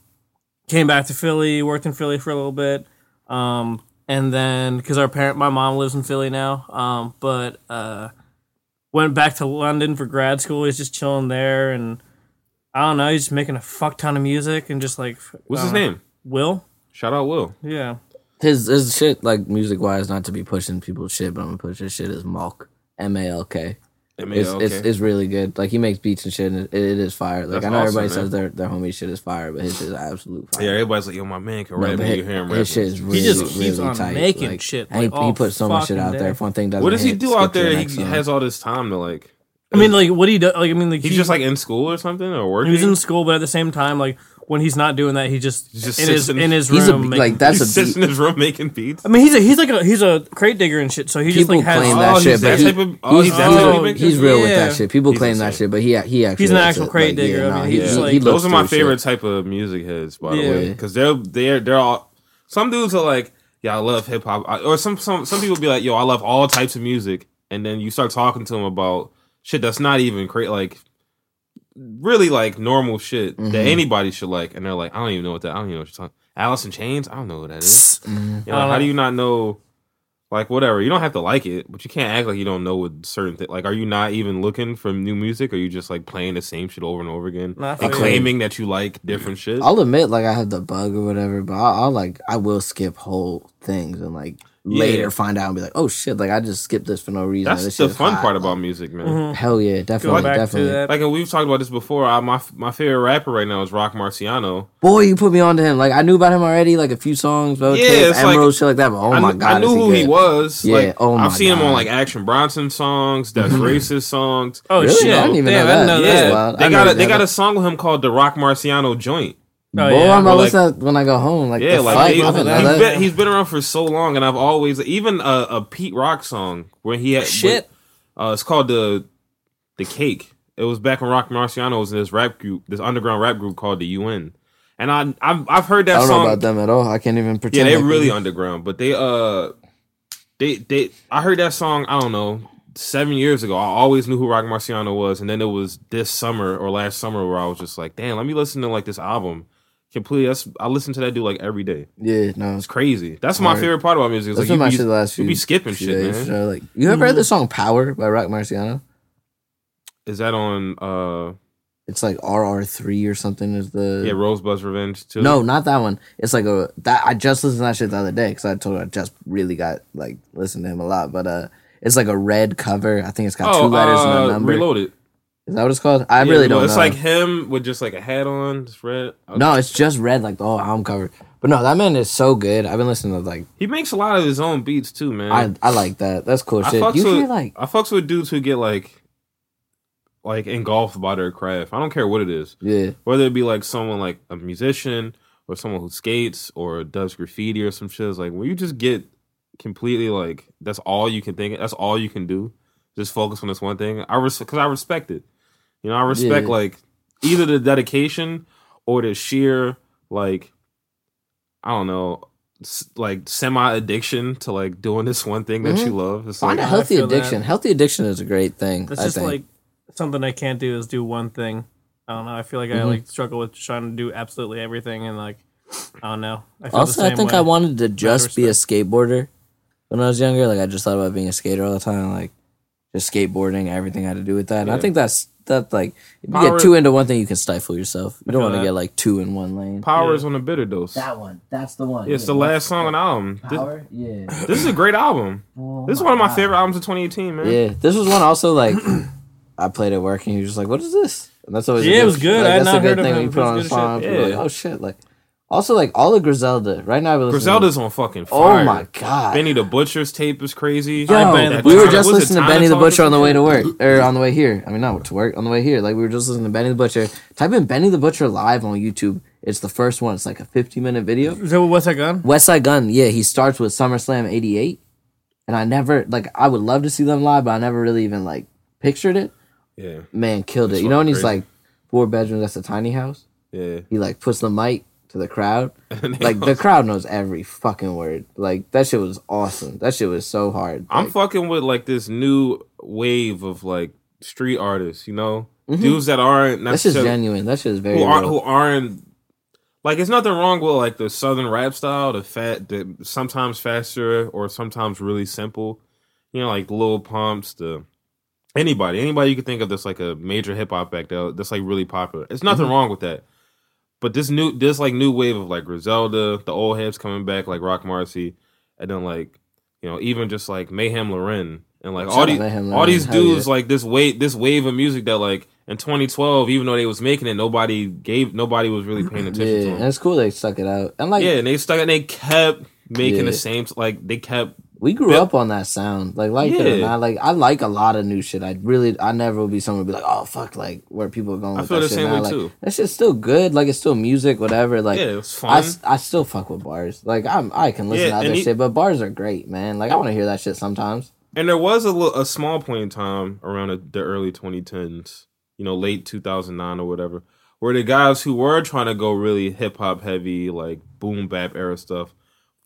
C: came back to Philly. Worked in Philly for a little bit, um, and then because our parent, my mom lives in Philly now, um, but uh, went back to London for grad school. He's just chilling there, and I don't know. He's just making a fuck ton of music and just like f-
A: What's
C: I
A: his
C: don't know.
A: name?
C: Will.
A: Shout out Will.
C: Yeah.
B: His his shit like music wise, not to be pushing people's shit, but I'm gonna push his shit is Malk. M A L K.
A: M-A-L-K.
B: It's, it's it's really good. Like he makes beats and shit, and it, it is fire. Like
A: That's
B: I know everybody
A: awesome, man.
B: says their their homie shit is fire, but his shit is absolute fire.
A: Yeah, everybody's like, yo, my man can
B: No,
A: rap.
B: but
A: and
B: his,
A: you hear him
B: his shit
A: rapping.
B: is really,
C: just keeps
B: really
C: on
B: tight.
C: making
B: Like,
C: shit,
B: and he,
C: like, all
B: he puts so much shit out
C: fucking
B: there.
C: day.
B: If one thing doesn't,
A: What does he
B: hit,
A: do
B: skip uh-huh.
A: out
B: to the
A: there? He
B: next song.
A: has all this time to like.
C: I mean, like, what he does, like, I mean, like,
A: He's
C: he-
A: just like in school or something or working.
C: he's in school, but at the same time, like, when he's not doing that, he just,
A: He just
C: in
A: sits
C: his
A: in-
C: in his room.
B: He's a
C: making-
B: like
A: he
B: that's a
A: sits
B: beat.
A: in his room making beats.
C: I mean, he's a he's like a he's a crate digger and shit. So he just
B: People
C: like has
B: claim
A: oh,
B: that
A: he's
B: shit,
A: that
B: but he-
A: type of- oh, he's
B: he's,
A: that
B: he's,
A: type of
B: real-
A: maker?
B: he's real with
C: Yeah.
B: that shit. People
A: He's
B: claim
A: insane.
B: that shit, but he he actually
C: He's an
B: is
C: actual
B: a-
C: crate
B: like, yeah,
C: digger. I
B: nah,
C: mean,
B: he-
C: he's just
B: he-
C: like-
B: he
A: Those
B: looks
A: are my
B: through shit.
A: favorite type of music heads, by the
C: Yeah.
A: way, because they're they're they're all. Some dudes are like, "Yeah, I love hip hop," I- or some some some people be like, "Yo, I love all types of music," and then you start talking to them about shit that's not even cra like really like normal shit
C: Mm-hmm.
A: that anybody should like, and they're like, "I don't even know what that. I don't even know what you're talking." Alice in Chains, I don't know what that is. You know,
C: I don't
A: how
C: know.
A: do you not know? Like whatever, you don't have to like it, but you can't act like you don't know what certain thing. Like, are you not even looking for new music? Or are you just like playing the same shit over and over again?
C: Nah, I feel
A: and
C: you.
A: claiming that you like different shit.
B: I'll admit, like I have the bug or whatever, but I'll, I'll like I will skip whole things and like later
A: Yeah.
B: find out and be like, oh shit, like I just skipped this for no reason.
A: That's
B: This
A: the
B: shit is
A: fun
B: hot.
A: part about music, man.
C: Mm-hmm.
B: Hell yeah,
C: Go
B: definitely,
C: back
B: definitely.
C: to that.
A: Like and we've talked about this before. I, my my favorite rapper right now is Rock Marciano.
B: Boy, you put me on to him. Like I knew about him already, like a few songs, bro,
A: Yeah,
B: Tape,
A: it's like-
B: Emerald, shit like that. But oh
A: I,
B: my
A: kn-
B: god,
A: I knew
B: is
A: who he
B: good.
A: was.
B: Yeah,
A: like,
B: oh my
A: I've seen him on
B: God.
A: like Action Bronson songs, That's Racist songs.
C: Oh
B: Really?
C: shit!
B: I didn't even know
C: Damn, I
B: that.
C: didn't know
B: That's
C: that.
B: wild. I
A: they
B: know
A: got a,
B: that.
A: they got a song with him called the Rock Marciano Joint.
C: Oh,
B: Boy,
C: yeah.
B: I'm
A: But,
B: gonna
A: like-
B: listen to that when I go home. Like
A: Yeah,
B: the
A: like
B: fight,
A: they-
B: I
A: he's,
B: didn't know that.
A: been, he's been around for so long, and I've always even a, a Pete Rock song when he had
B: Shit.
A: when- uh, it's called the the cake. It was back when Rock Marciano was in this rap group, this underground rap group called the UN. And I I've, I've heard
B: I
A: that
B: don't know
A: song.
B: about them at all. I can't even
A: Yeah,
B: pretend.
A: they
B: like-
A: really underground, but they uh they they I heard that song, I don't know, seven years ago. I always knew who Rock Marciano was, and then it was this summer or last summer where I was just like, damn, let me listen to like this album. Completely that's I listen to that dude like every day.
B: Yeah, no,
A: It's crazy. That's my
B: Right.
A: favorite part about music. It's
B: That's
A: like
B: been
A: you
B: my
A: be,
B: shit the last
A: you
B: few.
A: be skipping
B: few
A: shit,
B: days,
A: man.
B: so, like, you ever heard
C: Mm-hmm.
B: the song "Power" by Rock Marciano?
A: Is that on uh
B: It's like RR three or something. Is the
A: yeah, Rosebud's Revenge too?
B: no, not that one. It's like a that I just listened to that shit the other day because I told her I just really got like listened to him a lot. But uh, it's like a red cover. I think it's got two
A: Oh,
B: letters and
A: uh,
B: a number.
A: Reloaded.
B: Is that what it's called? I
A: Yeah,
B: really don't.
A: Reloaded. It's
B: know.
A: like him with just like a hat on, just red. Uh,
B: no, it's just red like the whole album cover. But no, that man is so good. I've been listening to like
A: He makes a lot of his own beats too, man.
B: I I like that. That's cool
A: I
B: shit.
A: fucks
B: You
A: with
B: hear like
A: I fucks with dudes who get like like engulfed by their craft. I don't care what it is,
B: yeah.
A: whether it be like someone like a musician or someone who skates or does graffiti or some shit. It's like when you just get completely like that's all you can think. That's all you can do. Just focus on this one thing. I res- because I respect it. You know, I respect
B: Yeah.
A: like either the dedication or the sheer like I don't know. s- Like semi addiction to like doing this one thing that you love. It's
B: Mm-hmm. Find
A: like
B: a healthy
C: feel that.
B: addiction. Healthy addiction is a great thing.
C: That's
B: I
C: just
B: think.
C: like something I can't do is do one thing. I don't know. I feel like I
B: Mhm.
C: like struggle with trying to do absolutely everything and like I don't know. I feel
B: Also,
C: the
B: I
C: same
B: think
C: way.
B: I wanted to just be a
C: respect.
B: skateboarder when I was younger. Like I just thought about being a skater all the time, like just skateboarding, everything I had to do with that. And I
A: Yeah.
B: think that's that like if you
A: Power-
B: get too into one thing, you can stifle yourself. You don't
C: feel
B: want to
C: that.
B: get like two in one lane.
A: Power
C: Yeah.
A: is on a bitter dose.
B: one, that's the one.
A: It's the last song on the album. This,
B: yeah.
A: this is a great album.
B: Oh
A: This is one of my favorite albums of 2018, man.
B: Yeah, this was one also like I played at work and he was just like, "What is this?" And that's always a
C: Yeah, it was good. I had
B: that's a
C: not
B: good
C: heard of
B: thing when
C: him.
B: you
C: It
B: put
C: was
B: on a
C: good as
B: song.
A: shit.
B: people are like,
A: Yeah.
B: oh shit! Like also like all of Griselda right now. We're listening
A: Griselda's on fucking
B: To, oh
A: fire.
B: my god!
A: Benny the Butcher's tape is crazy.
C: I Benny
B: Yo,
C: the
B: we were
C: Butcher.
A: Was
B: just
A: it
B: listening to
A: Tana
B: Benny the
A: Talk or
B: Butcher on the
A: some
B: way
A: shit?
B: to work or on the way here. I mean, not to work on the way here. Like we were just listening to Benny the Butcher. Type in Benny the Butcher live on YouTube. It's the first one. It's like a 50 minute video.
C: Is that what West Side Gun?
B: West Side Gun, yeah, he starts with SummerSlam '88, and I never like I would love to see them live, but I never really even like pictured it.
A: Yeah,
B: Man, killed it.
A: That's
B: You know when
A: fucking
B: he's
A: crazy.
B: like four bedrooms, that's a tiny house.
A: yeah.
B: He like puts the mic to the crowd. Like the crowd knows every fucking word. Like that shit was awesome. That shit was so hard.
A: I'm
B: Like,
A: fucking with like this new wave of like street artists, you know? Dudes that aren't
B: that shit's
A: necessarily
B: genuine. That shit Mm-hmm. is very
A: who aren't
B: real.
A: who aren't like it's nothing wrong with like the southern rap style, the fat the sometimes faster or sometimes really simple. You know, like Lil Pumps, the anybody, anybody you can think of that's like a major hip hop act that- that's like really popular. It's nothing
B: Mm-hmm.
A: wrong with that. But this new this like new wave of like Griselda, the old heads coming back, like Rock Marcy, and then like, you know, even just like Mayhem Loren and like
B: Shout
A: all
B: out
A: these
B: Mayhem
A: all
B: Loren,
A: these
B: hell
A: dudes
B: yeah.
A: like this wave this wave of music that like in 2012, even though they was making it, nobody gave nobody was really paying attention to
B: Yeah,
A: them.
B: and it's cool they stuck it out. And like
A: yeah, and they stuck and they kept making
B: Yeah.
A: the same like they kept
B: we grew
A: Yeah.
B: up on that sound. Like like it or
A: Yeah.
B: not, like I like a lot of new shit. I really I never will be someone to be like, oh fuck, like where people are going
A: I
B: with
A: feel the
B: that shit
A: same
B: now.
A: way
B: like,
A: too.
B: That shit's still good. Like it's still music, whatever. Like
A: yeah, it was
B: I,
A: fun.
B: s- I still fuck with bars. Like I'm I can listen
A: Yeah,
B: to other
A: and he-
B: shit, but bars are great, man. Like I want to hear that shit sometimes.
A: and there was a little, a small point in time around the, the early 2010s, you know, late 2009 or whatever, where the guys who were trying to go really hip hop heavy, like boom bap era stuff,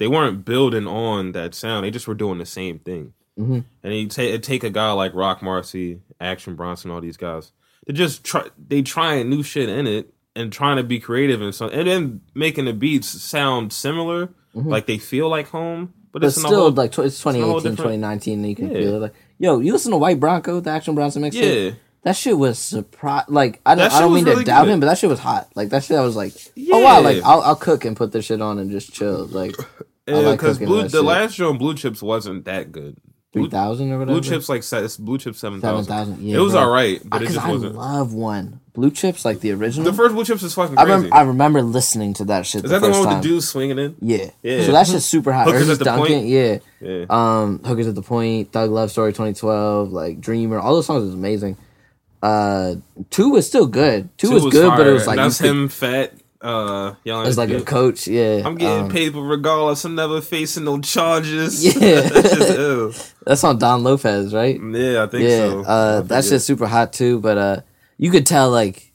A: they weren't building on that sound. They just were doing the same thing.
B: Mhm.
A: And you ta- it'd take a guy like Rock Marcy, Action Bronson, all these guys. They just try they trying new shit in it and trying to be creative and so and then making the beats sound similar, like they feel like home, but,
B: Mm-hmm. But
A: it's in a
B: still,
A: whole-
B: like tw- it's
A: in a whole
B: 2018,
A: different-
B: 2019, and you can
A: Yeah.
B: feel it. Like yo, you listen to White Bronco, the Action Bronson mixtape.
A: yeah.
B: That shit was surprise. Like I don't,
A: That
B: I
A: shit
B: don't
A: was
B: mean to
A: really
B: doubt
A: good.
B: him, but that shit was hot. Like that shit, I was like, oh wow, like
A: Yeah.
B: I'll, I'll cook and put this shit on and just chill. Like I like
A: because
B: cooking
A: blue
B: that
A: the
B: shit.
A: last show on Blue Chips wasn't that good.
B: three
A: Blue,
B: thousand or
A: Blue
B: whatever.
A: Chips like se- it's Blue Chips seven
B: seven
A: thousand.
B: thousand. Yeah,
A: it was
B: bro.
A: all right, but it
B: Because
A: just
B: I
A: wasn't.
B: love one blue chips like the original.
A: The first Blue Chips is fucking
B: I
A: crazy.
B: remember, I remember listening to that shit.
A: is that the,
B: the first
A: one with
B: time. Uh,
A: the dude swinging in?
B: Yeah.
A: Yeah.
B: So that's just super hot.
A: Hookers
B: Hookers
A: at the
B: Duncan,
A: Point.
B: yeah.
A: Yeah.
B: Um, Hookers at the Point, Thug Love Story 2012, like Dreamer, all those songs was amazing. Uh, two was still good. Two, was, good, but it was like
A: that's
B: you could-
A: him fat. Uh, yelling.
B: It was like a coach. Yeah.
A: I'm getting
B: um,
A: paid, but regardless, I'm never facing no charges.
B: Yeah.
A: That's just ill.
B: That's on Don Lopez, right?
A: yeah, Mm, I think
B: Yeah.
A: so. I
B: Uh,
A: think
B: that's
A: it-
B: just super hot too. But uh, you could tell like,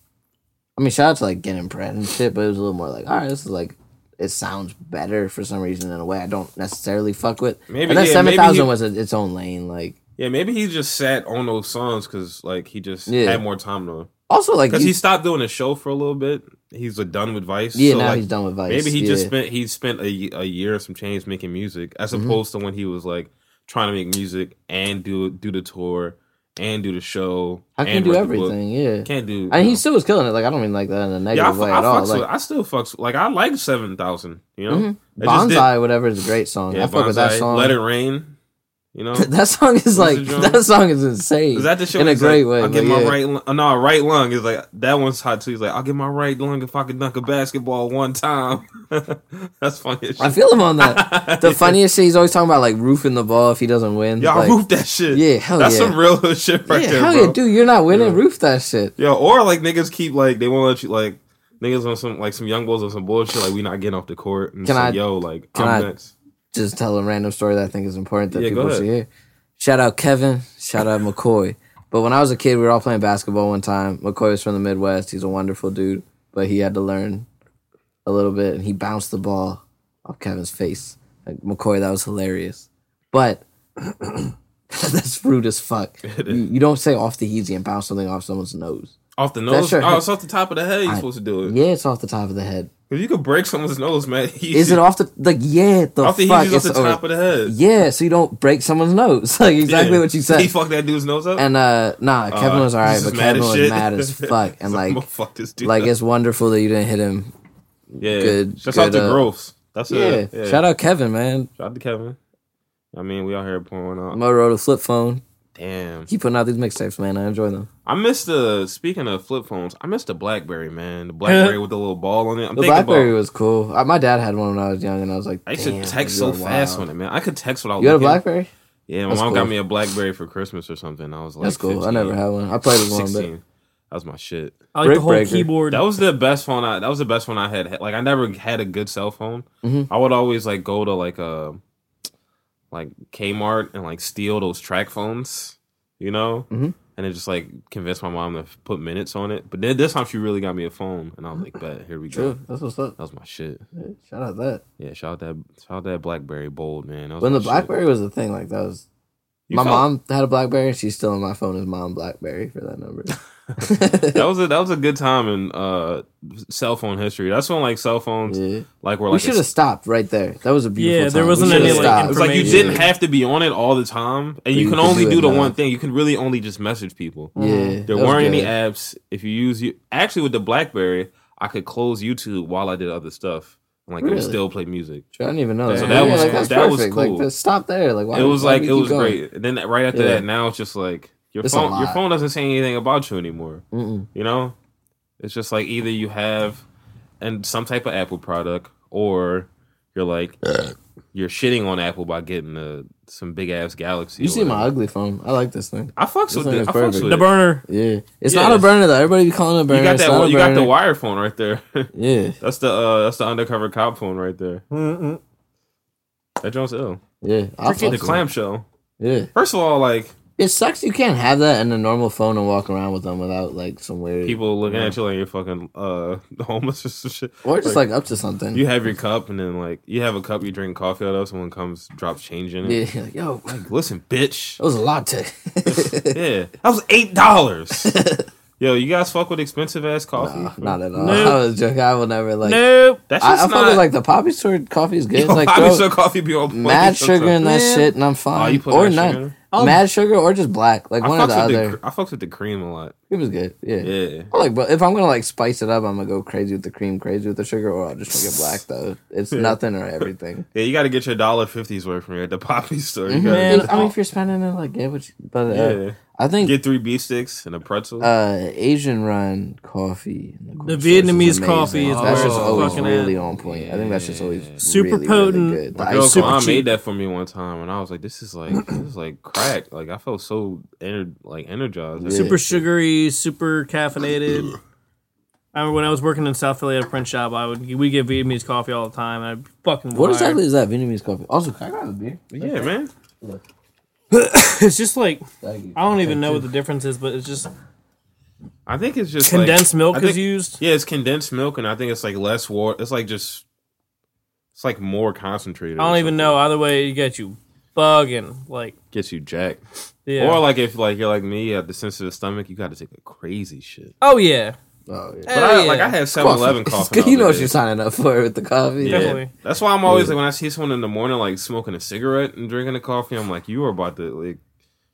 B: I mean, shout out to like getting bread and shit, but it was a little more like, all right, this is like. It sounds better for some reason in a way I don't necessarily fuck with.
A: Maybe-
B: and then
A: yeah, maybe
B: seven
A: he-
B: thousand was a, its own lane. Like
A: yeah. Maybe he just sat on those songs because like he just
B: Yeah.
A: had more time to.
B: also like
A: Because
B: you-
A: he stopped doing a show for a little bit. He's like, done with Vice.
B: Yeah,
A: so,
B: now
A: like,
B: he's done with Vice.
A: Maybe he just
B: yeah.
A: spent he spent a, ye- a year and some change making music, as
B: Mm-hmm.
A: opposed to when he was like trying to make music and do do the tour and do the show.
B: I can
A: and
B: do
A: write the book.
B: everything. Yeah,
A: Can't do.
B: and
A: no.
B: he still was killing it. Like I don't mean like that in a negative
A: yeah, I, fu-
B: way
A: I
B: at all.
A: fucks with,
B: Like Mm-hmm.
A: I still fucks like I like seven thousand. You know, It just did-
B: Bonsai, whatever is a great song.
A: Yeah,
B: I fuck with that
A: Bonsai,
B: song.
A: Let it rain. You know,
B: that song is
A: the
B: like
A: genre?
B: that song is insane.
A: Is that the show?
B: in a
A: He's
B: great
A: like,
B: way?
A: I'll
B: but
A: get my
B: yeah.
A: right, lung- no, right lung is like that one's hot too. He's like, I'll get my right lung if I could dunk a basketball one time. That's funny. As
B: I
A: shit.
B: feel him on that. The funniest shit he's always talking about like roofing the ball if he doesn't win.
A: Y'all
B: like,
A: roof that shit.
B: Yeah, hell
A: That's
B: yeah.
A: some real hood shit right
B: yeah,
A: there,
B: hell
A: bro.
B: yeah, dude, you're not winning.
A: Yeah.
B: Roof that shit.
A: Yo, or like niggas keep like they won't let you like niggas on some like some young boys on some bullshit like we not getting off the court. And
B: Can
A: so,
B: I-
A: Yo, like
B: can
A: I'm
B: I-
A: next.
B: Just tell a random story that I think is important that
A: Yeah, go
B: people
A: ahead.
B: should hear. Shout out Kevin. Shout out McCoy. But when I was a kid, we were all playing basketball one time. McCoy was from the Midwest. He's a wonderful dude, but he had to learn a little bit, and he bounced the ball off Kevin's face. Like McCoy, that was hilarious. But that's rude as fuck. You, you don't say off the easy and bounce something off someone's nose.
A: Off the nose.
B: your-
A: Oh, it's off the top of the head. You're
B: I-
A: supposed to do it.
B: Yeah, it's off the top of the head.
A: Cause you could break someone's nose, man.
B: Is it off the like? Yeah, the
A: off the
B: fuck.
A: he's off
B: it's
A: the
B: over-
A: top of the head?
B: yeah, so you don't break someone's nose. Like exactly
A: Yeah.
B: what you said.
A: He fucked that dude's nose up.
B: And uh nah, Kevin was alright, but Kevin was mad as fuck. And like
A: fuck this dude.
B: like
A: up.
B: it's wonderful that you didn't hit him.
A: yeah.
B: good-
A: Shout
B: good,
A: out to
B: uh,
A: Groves. That's
B: Yeah.
A: it. Yeah.
B: Shout out Kevin, man.
A: Shout out to Kevin. I mean, we out here pouring out.
B: Motorola flip phone.
A: Damn.
B: Keep putting out these mixtapes, man. I enjoy them.
A: I missed the speaking of flip phones. I missed the BlackBerry man. The BlackBerry with the little ball on it. I'm
B: The
A: thinking
B: Blackberry
A: about.
B: was cool. I, my dad had one when I was young and I was like,
A: I used to
B: "Damn,
A: text so
B: you're
A: fast
B: wild."
A: on it, man. I could text without.
B: You had a
A: looking.
B: Blackberry?
A: Yeah, my
B: That's
A: mom got
B: cool.
A: me a BlackBerry for Christmas or something. I was like,
B: That's cool.
A: 15,
B: I never had one. I played with one,
A: 16.
B: but
A: That was my shit.
C: I like
B: Brick
C: the whole
B: breaker.
C: keyboard.
A: That was the best phone. I that was the best one I had. Like I never had a good cell phone.
B: Mm-hmm.
A: I would always like go to like a like Kmart and like steal those track phones, you know,
B: Mhm.
A: and then just like convince my mom to f- put minutes on it. But then this time she really got me a phone, and I was like, "Bet here we go."
B: true. That's what's up.
A: That was my shit.
B: Yeah, Shout out that.
A: Yeah, shout out that shout out that BlackBerry Bold man. That was
B: When
A: my
B: the
A: shit.
B: Blackberry was a thing, like that was
A: You
B: my
A: felt-
B: mom had a Blackberry and she's still on my phone as mom Blackberry for that number.
A: that was a that was a good time in uh cell phone history. That's when like cell phones
B: Yeah.
A: like were
B: we
A: like
B: should
A: a
B: have stopped right there. That was a beautiful.
C: Yeah, there
B: time. We
C: wasn't
B: should've
A: any,
C: like,
B: stopped.
A: It's like you
C: information.
A: didn't have to be on it all the time, and you,
B: you
A: can
B: could
A: only
B: do
A: do,
B: it
A: the
B: now.
A: one thing. You can really only just message people.
B: Yeah,
A: There
B: that was
A: weren't any
B: good.
A: apps. If you use you actually with the BlackBerry, I could close YouTube while I did other stuff, and like it would
B: Really?
A: still play music.
B: I didn't even know
A: So
B: that.
A: that
B: yeah,
A: was-
B: like, that's
A: that was
B: perfect.
A: cool.
B: Like, just stop there. Like why,
A: it was
B: why
A: like
B: do
A: it
B: we keep
A: was
B: going?
A: great. And then right after
B: Yeah.
A: that, now it's just like your
B: It's a
A: phone. Your
B: lot.
A: phone doesn't say anything about you anymore.
B: Mm-mm.
A: You know, it's just like either you have and some type of Apple product, or you're like you're shitting on Apple by getting a, some big ass Galaxy.
B: You
A: or
B: see my
A: whatever.
B: ugly phone. I like this thing.
A: I fucks with
B: thing
A: it.
B: is
A: I fucks
B: perfect.
A: with
C: the
A: it.
C: burner.
B: Yeah, it's
A: Yeah,
B: not a
A: it's-
B: burner though. Everybody be calling it a burner.
A: you got
B: It's
A: that.
B: not a
A: One, you got the
B: burner.
A: wire phone right there.
B: Yeah,
A: that's the uh, that's the undercover cop phone right there. That Jones ill.
B: yeah. I'll fuck
A: The
B: with it.
A: clamshell.
B: Yeah,
A: First of all, like
B: it sucks. You can't have that in a normal phone and walk around with them without like some weird
A: people looking at you like you're fucking uh homeless or some shit.
B: or just like, up to something.
A: You have your cup, and then like you have a cup, you drink coffee out of. Someone comes, drops change in it.
B: yeah, like, yo, that
A: Like, listen, bitch.
B: was a latte.
A: yeah, that was eight dollars. Yo, you guys fuck with expensive ass coffee?
B: Nah, not at all.
C: Nope.
B: I was joking. I will never like.
C: Nope.
A: That's
B: I, I
A: just
B: fuck
A: not
B: with like the poppy store coffee is good.
A: Yo,
B: like
A: Bobby
B: throw
A: Sir coffee be on point
B: mad sugar in that
C: Man.
B: shit, and I'm
A: Oh,
B: fine.
A: you put
B: or
A: mad sugar
B: none.
A: in it?
C: I'll-
B: mad sugar or just black, like
A: I
B: one or the
A: fucks with
B: other.
A: the, cr- I fucks with the cream a lot.
B: It was good. Yeah.
A: Yeah.
B: I like, but if I'm gonna like spice it up, I'm gonna go crazy with the cream, crazy with the sugar, or I'll just make it black. Though it's nothing or everything.
A: Yeah, you got to get your dollar fifties worth from you at the poppy store. You gotta
B: Mm-hmm. Man,
A: get,
B: I mean, if you're spending it, like, get what you. But uh,
A: Yeah.
B: I think
A: get three beef sticks and a pretzel.
B: uh, Asian run coffee. in
C: The
B: corn store is
C: Vietnamese
B: amazing.
C: coffee is
B: that's
A: where
B: just
A: it's
B: always
C: fucking
B: really
C: at.
B: on point. I think that's just always
C: Super
B: really, really
C: potent.
B: good. The
A: My girl
B: ice cream-
A: mom
C: cheap.
A: made that for me one time, and I was like, "This is like this is like crack." Like I felt so ener- like energized.
B: Yeah.
C: super sugary, super caffeinated. I remember when I was working in South Philly at a print shop, I would we get Vietnamese coffee all the time, and I fucking
B: What
C: wired.
B: exactly is that Vietnamese coffee? Also, can I grab a beer?
A: Yeah, man.
C: It's just like
B: Thank you.
C: I don't even know what the difference is, but it's just
A: I think it's just like-
C: condensed milk
A: I think-
C: is used.
A: Yeah, it's condensed milk, and I think it's like less water. It's like just it's like more concentrated.
C: I
A: or
C: don't even
A: something.
C: know. Either way, you get you bugging like
A: Gets you jacked.
C: yeah.
A: Or like if like you're like me, you have the sensitive stomach, you got to take a crazy shit.
C: oh yeah,
B: Oh, yeah.
A: But
C: Hell
A: I,
C: yeah.
A: like I had 7-Eleven
B: Coffee. It's
A: coffee.
B: good. You know what
A: nowadays.
B: you're signing up for with the coffee.
A: Yeah.
C: Definitely.
A: That's why I'm always like when I see someone in the morning like smoking a cigarette and drinking a coffee, I'm like, you are about to like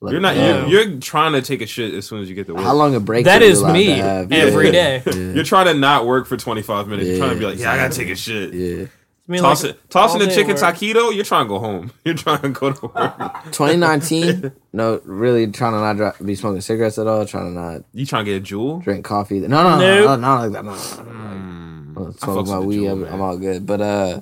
B: Like, uh,
A: you're not
C: Yeah.
A: you're, you're trying to take a shit as soon as you get to work.
B: How long a break?
C: That
B: are you
C: is
B: allowed
C: me
B: to have?
C: every
B: Yeah.
C: day. I
A: You're trying to not work for 25 minutes. You're
B: Yeah,
A: trying to be like, yeah, I gotta take a shit.
B: Yeah.
C: mean,
A: Toss
C: like,
A: it, tossing the
C: all day
A: chicken
C: work.
A: taquito. You're trying to go home. You're trying to go to work.
B: 2019. no, really trying to not dri- be smoking cigarettes at all. Trying to not
A: you trying to get a jewel?
B: drink coffee. No, no, no, no,
C: Nope.
B: no, not like that. No, no, no, no, no. Well,
A: I
B: smoke
A: fucks
B: my
A: with the
B: weed.
A: Juul,
B: I'm,
A: man.
B: I'm all good. But uh,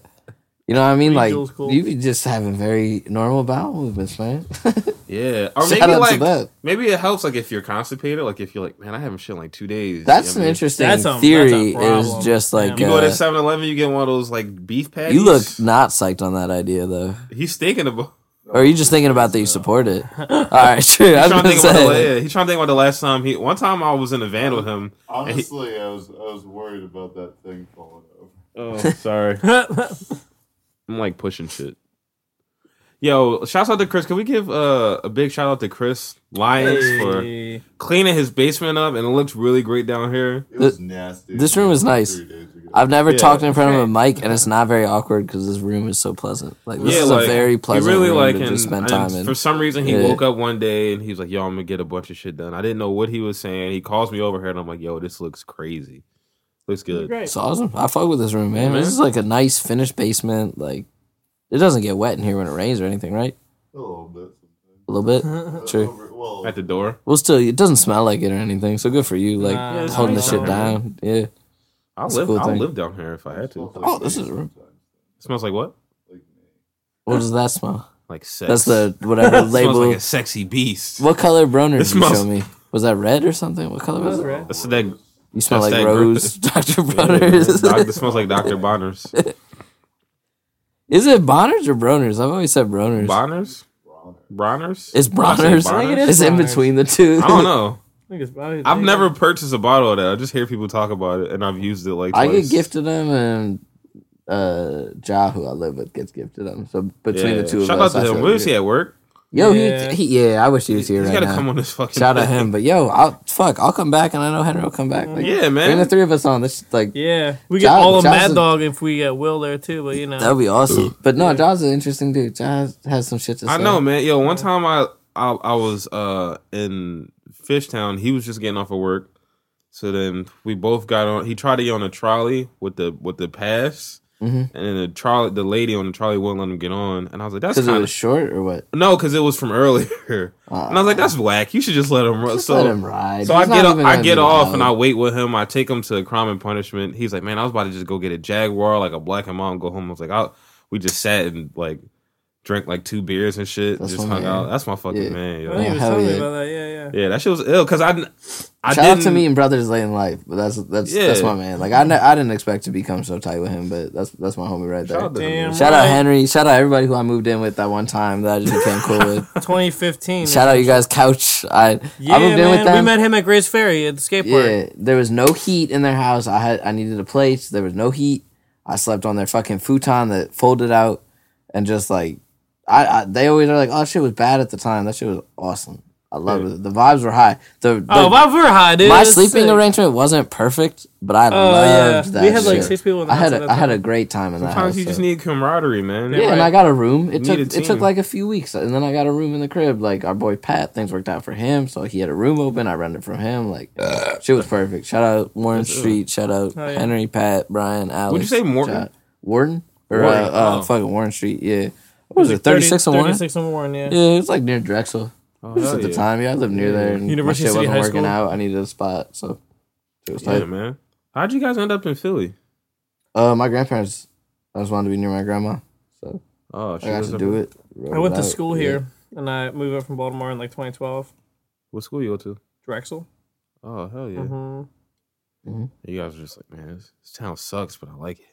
B: you know what I mean?
C: Weed
B: Like
C: Juul's cool.
B: you be just having very normal bowel movements, man.
A: Yeah, or
B: Shout out
A: maybe
B: to
A: like
B: that.
A: maybe it helps like if you're constipated. Like if you're like, man, I haven't shit in like two days. You
B: That's
A: know
B: an
A: what I mean?
B: interesting
C: That's a- that's a
B: theory.
C: problem.
B: is just like
C: You
A: You go to
B: uh,
A: 7-Eleven, you get one of those like beef patties.
B: you look not psyched on that idea though.
A: He's thinking about.
B: Or are you just thinking about that you support it? All right, sure.
A: He's trying,
B: I'm
A: to
B: gonna
A: think about the,
B: say.
A: yeah, he's trying to think about the last time he. One time I was in a van with him. and he-
D: Honestly, I was I was worried about that thing falling over.
A: oh, sorry. I'm like pushing shit. Yo, shouts out to Chris. Can we give uh, a big shout out to Chris Lyons for
C: Hey.
A: cleaning his basement up? And it looks really great down here.
D: It was nasty.
B: this room is nice.
D: Three days ago.
B: I've never
A: Yeah.
B: talked in front of a mic, and it's not very awkward because this room is so pleasant. Like this is a very pleasant room to
A: and-
B: just
A: and
B: spend time in.
A: For some reason, he
B: Yeah.
A: woke up one day and he was like, "Yo, I'm gonna get a bunch of shit done." I didn't know what he was saying. He calls me over here and I'm like, "Yo, this looks crazy. Looks good."
C: Great.
B: It's awesome. I fuck with this room, man.
A: man.
B: This is like a nice finished basement. Like it doesn't get wet in here when it rains or anything, right?
D: a little bit. sometimes.
B: A little bit. True.
D: Over, well,
A: At the door,
B: Well, still, it doesn't smell like it or anything. So good for you, like
C: Nah, Yeah, it's
B: holding the
C: nice
B: shit
C: out
B: down. Yeah.
A: I'll
B: That's a
A: live.
B: cool
A: I'll
B: thing.
A: live down here if I had to.
D: smells like
B: Oh, this
D: me
B: is room.
D: sometimes.
A: smells like what?
D: Like me.
B: What does that smell?
A: Like sex.
B: That's the whatever
A: It smells
B: label.
A: like a sexy beast.
B: What color Broner did you
A: smells-
B: show me? Was that red or something? What color was it?
C: Right.
A: That's that.
B: You smell
A: That's
B: like
A: that
B: rose, Dr.
A: Doc-
B: Bronner's.
A: This smells like Dr. Bonner's.
B: Is it Bonner's or Bronner's? I've always said Bronner's.
A: Bonner's? Bronner's?
B: It's Bronner's.
A: I think it
C: is
B: It's in
C: Bronner's.
B: between the two.
A: I don't know.
C: I think it's- I think
A: I've
C: it's-
A: never purchased a bottle of that. I just hear people talk about it and I've used it like
B: I get
A: twice.
B: gifted them, and uh, Ja, who I live with, gets gifted them. So between the
A: Yeah.
B: two of
A: Shout
B: us,
A: out
B: I
A: to him.
B: feel
A: Where is he
B: good.
A: at work?
B: Yo,
C: Yeah.
B: He, he, yeah, I wish he was here
A: He's
B: right
A: got to
B: now.
A: come on this fucking
B: Shout out
A: thing.
B: him, but yo, I'll fuck. I'll come back, and I know Henry will come back. Like,
A: Yeah, man.
B: Bring the three of us on. This is, like
C: Yeah, we get
B: Josh-
C: all of Mad
B: Johnson-
C: Dog if we get Will there too, but you know.
B: that would be awesome. But no, Ja's an interesting dude. Ja has- has some shit to say.
A: I know, man. Yo, one time I I, I was uh in Fishtown. He was just getting off of work, so then we both got on. He tried to get on a trolley with the with the pass,
B: Mhm.
A: and then the trolley the lady on the trolley wouldn't let him get on. And I was like, that's
B: because it
A: kind
B: was
A: of
B: short or what.
A: no, because it was from earlier. and I was like, that's whack. You should just let him run.
B: Just
A: So
B: let him ride.
A: So I
B: He's not
A: get
B: even
A: I
B: gonna
A: get
B: be
A: off
B: loud.
A: and I wait with him. I take him to crime and punishment. He's like, man, I was about to just go get a jaguar, like a black and mom, go home. I was like, I we just sat and like drank like two beers and shit.
B: That's
A: just
B: my
A: hung
B: man.
A: out. That's my fucking
B: Yeah.
A: man.
C: I
A: Yo.
C: think
A: Yeah.
C: he was
B: hell
C: telling me
B: yeah.
C: about that. Yeah, yeah.
A: that shit was ill because I I
B: Shout
A: didn't
B: out to me and brothers late in life, but that's that's that's
A: Yeah.
B: my man. Like I, ne- I didn't expect to become so tight with him, but that's that's my homie right there.
A: Shout out to him,
C: Damn.
A: man.
B: Shout out
C: Right.
B: Henry. Shout out everybody who I moved in with that one time that I just became cool with.
C: 2015.
B: Shout out you guys, Couch. I
C: Yeah,
B: I moved in
C: man.
B: with them.
C: We met him at Grace Ferry at the skate park.
B: yeah, there was no heat in their house. I had I needed a place. There was no heat. I slept on their fucking futon that folded out, and just like I, I they always are like, oh that shit was bad at the time. That shit was awesome. I loved it. The vibes were high. The, the
C: Oh, Bob we're high, dude.
B: my
C: That's
B: sleeping
C: sick.
B: arrangement wasn't perfect, but I
C: Oh,
B: loved
C: yeah.
B: that.
C: We had, like,
B: shit.
C: six people in the
B: I had
C: house at
B: a,
C: that
B: I had
C: time.
B: a great time in that house.
A: Sometimes you
B: so-
A: just need camaraderie, man.
B: yeah, and I got a room. It
A: need
B: took
A: a
B: it
A: team.
B: took like a few weeks, and then I got a room in the crib. Like our boy Pat, things worked out for him, so he had a room open. I rented from him. Like she was perfect. Shout out Warren Street. Shout out
C: Oh, yeah.
B: Henry, Pat, Brian, Alex.
A: say Morton?
B: shout out- Warden or
A: Warden,
B: Uh, uh,
A: oh.
B: fucking Warren Street? Yeah, what was it? Thirty six on Warren.
C: 36 on Warren, yeah.
B: Yeah, it was like near Drexel.
A: Oh,
B: Just
A: hell
B: at the
A: yeah.
B: time, yeah, I lived near there, and
C: University
B: my shit
C: City
B: wasn't
C: High
B: working
C: School.
B: out. I needed a spot, so it was
A: Yeah,
B: like,
A: man. How'd you guys end up in Philly?
B: uh, my grandparents. I just wanted to be near my grandma, so
A: Oh,
B: I
A: she
B: got
A: was
B: to
A: up
B: do
A: in-
B: it.
C: I went to
B: Without-
C: school
B: yeah.
C: here, and I moved up from Baltimore in like 2012.
A: What school you go to?
C: Drexel.
A: Oh, hell yeah.
B: Mm-hmm.
C: hmm
A: You guys are just like, man, this, this town sucks, but I like it.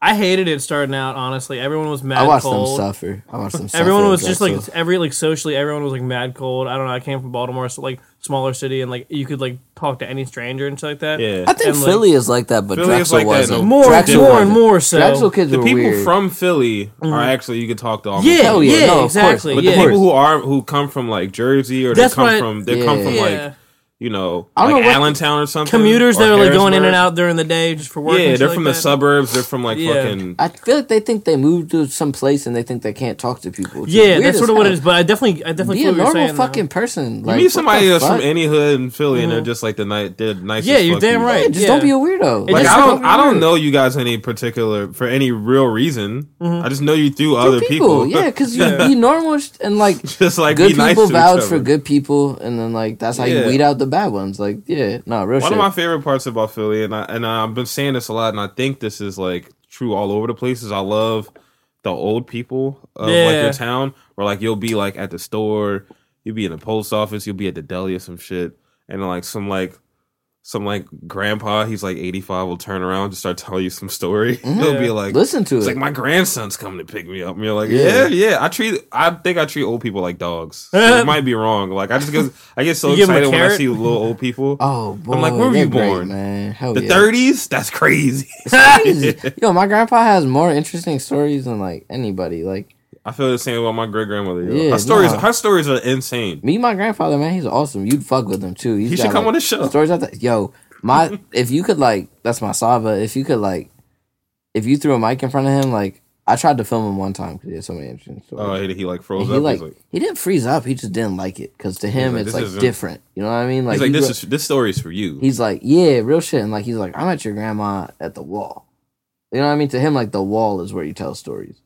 C: I hated it starting out. Honestly, everyone was mad
B: I watched
C: cold.
B: them suffer. I watched them. suffer
C: Everyone
B: at
C: was just like
B: Drexel.
C: every like socially, everyone was like mad cold. I don't know. I came from Baltimore, so like smaller city, and like you could like talk to any stranger and stuff like that.
A: Yeah.
B: I think
C: and, like-
B: Philly is like that, but
A: Philly is
B: Drexel
A: like that,
B: wasn't.
A: no.
C: more,
B: Drexel
C: more
B: wasn't.
C: and more so.
B: Drexel kids
A: the
B: were
A: people
B: weird.
A: from Philly are actually you could talk to almost
C: Mm-hmm. yeah,
A: anyone.
B: Hell yeah,
C: yeah,
B: no, of course,
C: exactly.
A: But
B: of
A: the
C: yeah.
A: people who are who come from like Jersey or they
C: That's
A: come
C: what I-
A: from they come from
B: Yeah.
A: like you know
B: I don't
A: like
B: know what-
A: Allentown or something.
C: commuters
A: or
C: that are like going in
A: Harrisburg.
C: and out during the day just for work.
A: Yeah,
C: and shit
A: they're
C: like
A: from
C: that.
A: the suburbs. They're from like
C: Yeah.
A: fucking.
B: I feel like they think they moved to some place and they think they can't talk to people. which is
C: Yeah,
B: weird
C: that's
B: as
C: sort of what it
B: hell.
C: is. But I definitely, I definitely
B: Be
C: feel
B: a
C: what you're
B: normal
C: saying, though.
B: fucking person.
A: You
B: Like, what
A: meet
B: the
A: somebody that's from
B: fuck?
A: any hood in Philly, and they're just like the night. They're nice.
C: Mm-hmm. Yeah,
A: as
C: you're
A: fuck
C: damn
A: people.
C: right.
B: Yeah, just
C: Yeah.
B: don't be a weirdo.
A: Like
B: just
A: I
B: be
A: don't, I don't
B: weird.
A: know you guys any particular for any real reason.
C: Mm-hmm.
A: I just know you through
B: Good
A: other people.
B: Yeah, because you be normal sh- and like
A: just like
B: good
A: be nice
B: people
A: to
B: vouch
A: each
B: for
A: other.
B: good people, and then like that's how
A: Yeah.
B: you weed out the bad ones. Like, yeah, no, real
A: One
B: shit.
A: of my favorite parts about Philly, and I and I've been saying this a lot, and I think this is like true all over the places. I love the old people of like
C: Yeah.
A: your town, where like you'll be like at the store, you'll be in the post office, you'll be at the deli or some shit, and like some like some like grandpa, he's like eighty five, will turn around and just start telling you some story. He'll be like,
B: Listen to
A: It's
B: it.
A: like my grandson's coming to pick me up. And you're like, yeah,
B: Yeah.
A: yeah. I treat, I think I treat old people like dogs. So it might be wrong. Like I just get, I get so
C: You give 'em a
A: excited when I
C: carrot?
A: see little old people.
B: oh boy,
A: I'm like, where were
B: they're
A: you
B: great,
A: born?
B: man? Hell
A: The
B: yeah.
A: thirties? That's crazy.
B: Yo, my grandpa has more interesting stories than like anybody. Like
A: I feel the same about my great grandmother.
B: Yeah,
A: her stories,
B: nah.
A: her stories are insane.
B: me, my grandfather, man, he's awesome. You'd fuck with him too. He's
A: He should
B: got,
A: come
B: like,
A: on the show.
B: Stories out there. Yo, my if you could like, that's my Saba. If you could like, if you threw a mic in front of him, like I tried to film him one time because he had so many interesting stories.
A: Oh, he, he like
B: And
A: froze
B: he
A: up.
B: like,
A: he's like,
B: he didn't freeze up. He just didn't like it because to him
A: like,
B: it's
A: this
B: like
A: isn't-
B: different. You know what I mean?
A: he's
B: he
A: like, this
B: grew-
A: is this story is for you.
B: He's like, yeah, real shit. And like he's like, I'm at your grandma at the wall. You know what I mean? To him, like the wall is where you tell stories.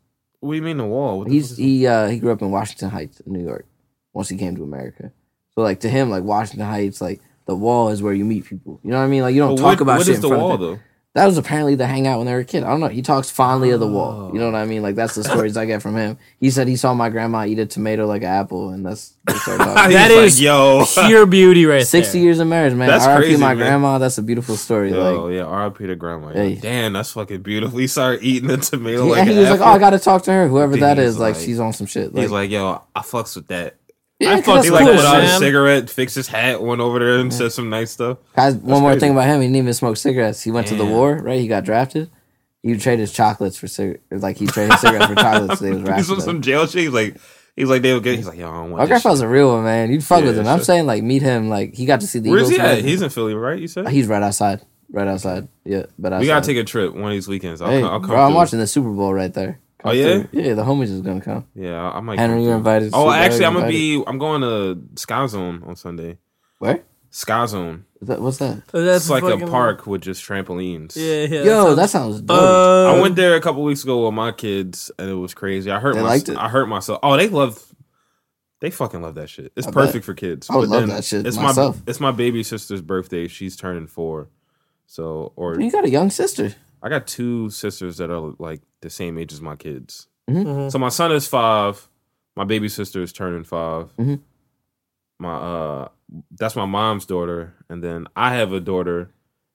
A: what do you mean the wall? What the fuck
B: He's
A: is-
B: he uh he grew up in Washington Heights, New York. Once he came to America, so like to him, like Washington Heights, like the wall is where you meet people. You know what I mean? Like you don't
A: But
B: talk
A: what-
B: about
A: what is
B: shit in
A: the
B: front
A: wall
B: of them.
A: though?
B: That was apparently the hangout when they were a kid. I don't know. He talks fondly of the wall.
A: Oh.
B: You know what I mean? Like that's the stories I get from him. He said he saw my grandma eat a tomato like an apple, and that's they started talking.
C: That
A: He's like,
C: is
A: yo.
C: pure beauty right
B: sixty
C: there.
B: years of marriage, man.
A: That's
B: That's R.I.P.
A: crazy,
B: my
A: man.
B: grandma. That's a beautiful story. like
A: Yo, Oh, yeah, R.I.P. to grandma. Yeah.
B: Hey.
A: Damn, that's fucking beautiful. He started eating the tomato
B: Yeah,
A: like
B: he
A: an
B: was like, "Oh, I
A: apple.
B: gotta talk to her. Whoever
A: Dude,
B: that
A: he's
B: is, like,
A: like-
B: she's on some shit." Like,
A: He's like, yo, I fucks with that.
B: yeah,
C: I
B: 'cause
C: fucked
B: that's
A: He
C: Of
A: like
C: course,
A: put out his
C: man.
A: cigarette, fixed his hat, went over there and said some nice stuff.
B: Guys, one more
A: crazy.
B: thing about him. He didn't even smoke cigarettes. He went to the
A: Damn.
B: war, right? He got drafted. He traded his chocolates for cigarettes. Like he traded his cigarettes for chocolates. So he was
A: He's on
B: rapping.
A: some jail shit. He's like, he's like, they'll get. He's like, yo, I don't want
B: My
A: this shit.
B: grandpa's a real one, man. You'd fuck
A: Yeah,
B: with him. I'm
A: sure.
B: saying, like, meet him. Like, he got to see the
A: Where's
B: Eagles.
A: he at?
B: man.
A: He's in Philly, right? You said
B: He's right outside. Right outside. Yeah, but outside.
A: we gotta take a trip one of these weekends. I'll,
B: Hey,
A: come, I'll come.
B: bro, I'm
A: through.
B: watching the Super Bowl right there. Come
A: Oh, yeah?
B: through. Yeah, the homies is gonna come.
A: Yeah, I I might.
B: Henry,
A: come
B: you're
A: through.
B: invited.
A: Oh,
B: Super
A: actually,
B: Bowl,
A: I'm gonna
B: invited.
A: be. I'm going to Sky Zone on Sunday.
B: Where?
A: Sky Zone.
B: Is that, what's that?
C: So
A: It's like a
C: fucking-
A: park with just trampolines.
C: Yeah, yeah.
B: Yo,
C: that sounds-
B: that sounds dope.
A: I
C: Uh,
A: went there a couple weeks ago with my kids, and it was crazy. I hurt.
B: They
A: My,
B: liked it?
A: I hurt myself. Oh, they love. They fucking love that shit. It's
B: I
A: perfect
B: bet.
A: for kids.
B: I
A: But
B: would love
A: then
B: that shit
A: It's
B: myself.
A: my it's my baby sister's birthday. She's turning four, so or
B: You got a young sister.
A: I got two sisters that are like the same age as my kids.
B: Mm-hmm.
C: Mhm.
A: So my son is five. My baby sister is turning 5
B: Mm-hmm.
A: My uh, that's my mom's daughter, and then I have a daughter,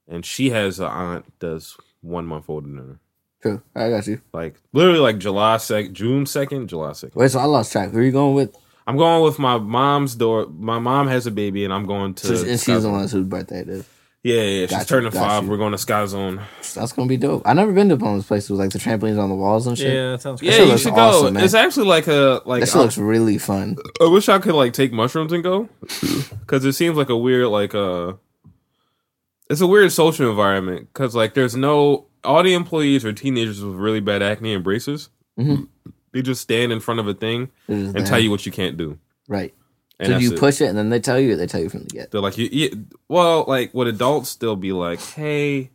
A: and she has an aunt that's one month older than her.
B: True. I got you.
A: Like literally, like July sec, June second, July second.
B: Wait, so I lost track. Who are you going with?
A: I'm going with my mom's daughter. My mom has a baby, and I'm going to.
B: So- and she's the one whose birthday it is.
A: Yeah, yeah. She's
B: Got you,
A: turning
B: got
A: five.
B: you.
A: We're going to Sky Zone.
B: That's gonna be dope. I've never been to one of those places with like the trampolines on the walls and shit.
C: Yeah, that sounds
A: Yeah,
B: shit
A: you
B: looks
A: should
B: awesome,
A: go.
B: man.
A: It's actually like a like.
B: That shit
A: I-
B: looks really fun.
A: I wish I could like take mushrooms and go, because it seems like a weird like uh, it's a weird social environment because like there's no all the employees are teenagers with really bad acne and braces.
B: Mhm.
A: They just stand in front of a thing
B: They're just
A: and
B: there.
A: tell you what you can't do.
B: right.
A: And
B: So do
A: that's
B: you
A: it.
B: push it and then they tell you. Or they tell you from the get.
A: They're like you, you. Well, like would adults still be like, hey,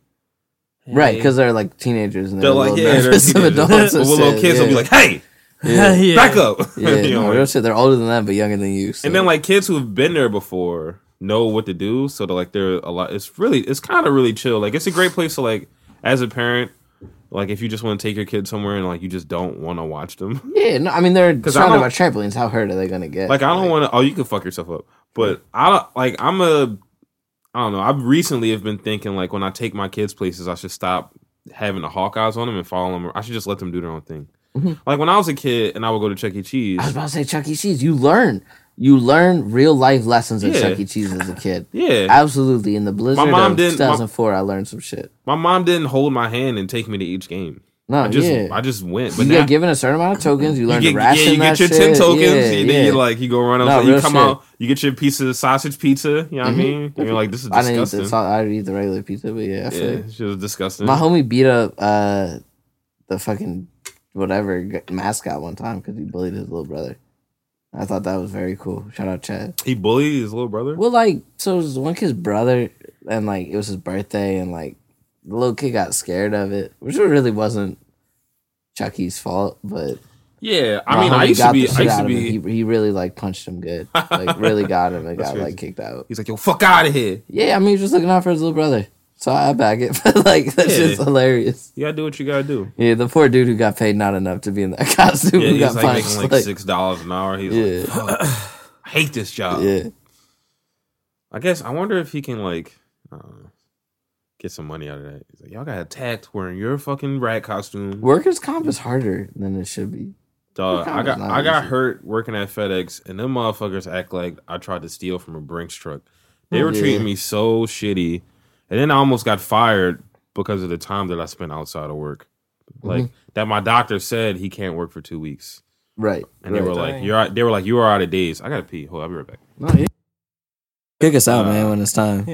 B: Right, because they're like teenagers and
A: they're
B: they're,
A: like
B: a
A: yeah,
B: little
A: they're
B: nervous of
A: teenagers.
B: adults.
A: But
B: and
A: little
B: shit,
A: kids will be
B: yeah.
A: like, hey,
B: yeah,
C: yeah.
A: back up.
B: yeah,
A: You know,
B: no,
A: like-
B: real shit. They're older than that, but younger than you. so-
A: And then like kids who have been there before know what to do, so they're like they're a lot. It's really it's kind of really chill. Like it's a great place to like as a parent, like if you just want to take your kid somewhere and like you just don't want to watch them.
B: yeah, no, I mean they're
A: 'Cause I
B: surrounded by
A: don't-
B: trampolines. How hurt are they gonna get?
A: Like I don't want to. Oh, you can fuck yourself up. But I don't like I'm a. I don't know. I've recently have been thinking like when I take my kids places, I should stop having the hawk eyes on them and follow them. I should just let them do their own thing.
B: Mhm.
A: Like when I was a kid and I would go to Chuck E. Cheese.
B: I was about to say Chuck E. Cheese. You learn, you learn real life lessons at
A: Yeah.
B: Chuck E. Cheese as a kid.
A: Yeah,
B: Absolutely. In the blizzard
A: mom
B: of
A: didn't- my-
B: 2004, I learned some shit.
A: my mom didn't hold my hand and take me to each game.
B: No,
A: I just
B: yeah.
A: I just went.
B: you
A: But now,
B: get given a certain amount of tokens. You learn
A: you
B: to
A: get,
B: ration
A: yeah, you
B: that
A: get your
B: shit.
A: ten tokens,
B: Yeah,
A: and then
B: yeah.
A: you like you go run
B: No,
A: outside. you
B: real
A: come
B: shit. Mm-hmm.
A: out, you get your piece of sausage pizza. You know what I mean? And you're like, this is
B: I didn't eat the
A: disgusting.
B: so- I eat the regular pizza, but yeah, I feel
A: yeah,
B: you.
A: she was disgusting.
B: my homie beat up uh, the fucking whatever g- mascot one time because he bullied his little brother. I thought that was very cool. Shout out Chad.
A: he bullied his little brother.
B: Well, like, so it was one kid's brother, and like, it was his birthday, and like, the little kid got scared of it, which really wasn't Chucky's fault, but
A: Yeah, I
B: my
A: mean, I
B: homie
A: used to
B: got
A: be,
B: the shit
A: I used
B: out
A: to
B: of
A: be.
B: him. He, he really like punched him good, like really got him and
A: That's
B: got
A: crazy.
B: like kicked out.
A: He's like, yo, fuck out of here.
B: Yeah, I mean, he was just looking out for his little brother, so I back it, but like, that's
A: Yeah.
B: just hilarious.
A: You gotta do what you gotta do.
B: Yeah, the poor dude who got paid not enough to be in that costume
A: Yeah,
B: who got
A: he's like
B: punched.
A: making like,
B: like,
A: six dollars an hour. He's
B: Yeah.
A: like, fuck, I hate this job.
B: yeah,
A: I guess I wonder if he can like I don't know, get some money out of that. He's like, y'all got attacked wearing your fucking rat costume.
B: workers' comp is harder than it should be.
A: Dog,
B: Your
A: I got
B: job is not
A: I got
B: easy.
A: hurt working at FedEx, and them motherfuckers act like I tried to steal from a Brinks truck. They
B: Oh,
A: were
B: yeah.
A: treating me so shitty, and then I almost got fired because of the time that I spent outside of work.
B: Mm-hmm.
A: Like that, my doctor said he can't work for two weeks,
B: Right.
A: and
B: right.
A: they were
C: Dang.
A: like, "You're out, they were like you are out of days." I gotta pee. Hold, on, I'll be right back.
B: No, yeah. Kick us out,
A: Uh,
B: man, when it's time.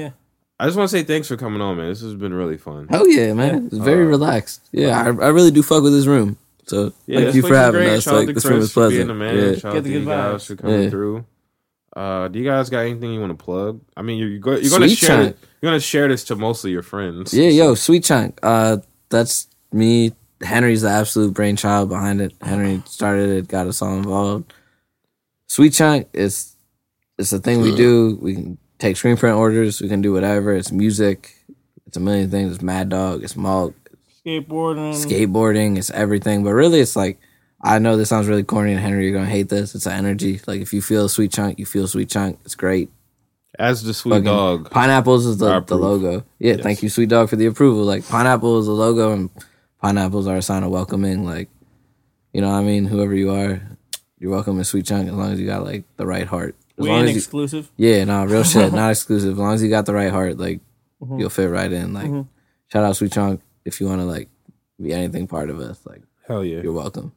A: I just want to say thanks for coming on, man. This has been really fun.
B: Oh yeah, man. It's very
A: Uh,
B: relaxed. Yeah, I, I really do fuck with this room. So
A: Yeah,
B: thank
A: this
B: you for
A: place is
B: having
A: great.
B: us.
A: Shout out
B: like
A: to
B: this
A: Chris
B: room is
A: for Being
B: pleasant.
A: the man.
B: Yeah.
A: Shout out
C: Get the
A: to you
C: good
A: guys
C: vibes.
A: for coming
B: Yeah.
A: through. Uh, do you guys got anything you want to plug? I mean, you're, you're, go, you're gonna
B: Sweet
A: share
B: Chan.
A: it, you're gonna share this to mostly your friends.
B: yeah, yo, sweet chunk. Uh, that's me. Henry's the absolute brainchild behind it. Henry started it, got us all involved. Sweet chunk is it's a thing we do. We can take screen print orders. We can do whatever. It's music. It's a million things. It's Mad Dog. It's Malk.
C: Skateboarding.
B: skateboarding, it's everything. But really, it's like I know this sounds really corny, and Henry, you're gonna hate this. It's an energy. Like if you feel sweet chunk, you feel sweet chunk. It's great.
A: As the sweet
B: Fucking
A: dog.
B: Pineapples is
A: I
B: the, the
A: approve.
B: logo. Yeah,
A: Yes.
B: thank you, sweet dog, for the approval. Like pineapple is the logo, and pineapples are a sign of welcoming. Like you know, what I mean, whoever you are, you're welcome in sweet chunk as long as you got like the right heart. As
C: we
B: long
C: ain't
B: as you,
C: exclusive.
B: yeah, no, real shit, not exclusive. As long as you got the right heart, like
C: Mhm.
B: you'll fit right in. Like
C: Mhm.
B: shout out sweet chunk if you want to like be anything part of us. Like.
A: Hell yeah.
B: You're welcome.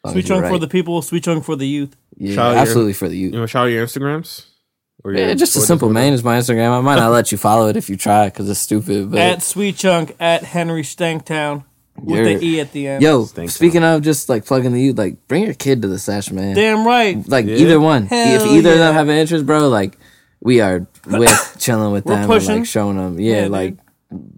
B: As long
C: Sweet
B: as you're
C: chunk for
B: right.
C: the people. Sweet chunk for the youth.
B: yeah,
A: Shout out your-
B: absolutely for the
A: You
B: you.
A: want to shout out your Instagrams? Or
B: Yeah, just a simple man is my Instagram. I might not let you follow it if you try because it's stupid. But
C: At Sweet Chunk at Henry Stanktown with
B: You're-
C: the E at the end.
B: yo,
A: Thanks,
B: speaking of just like plugging the you, like bring your kid to the sesh, man.
C: Damn right.
B: Like
A: Yeah.
B: either one.
C: Hell
B: if either of
C: yeah.
B: them have an interest, bro, like we are with chilling with
C: We're
B: them, and,
C: pushing.
B: like showing them. Yeah,
C: Yeah,
B: like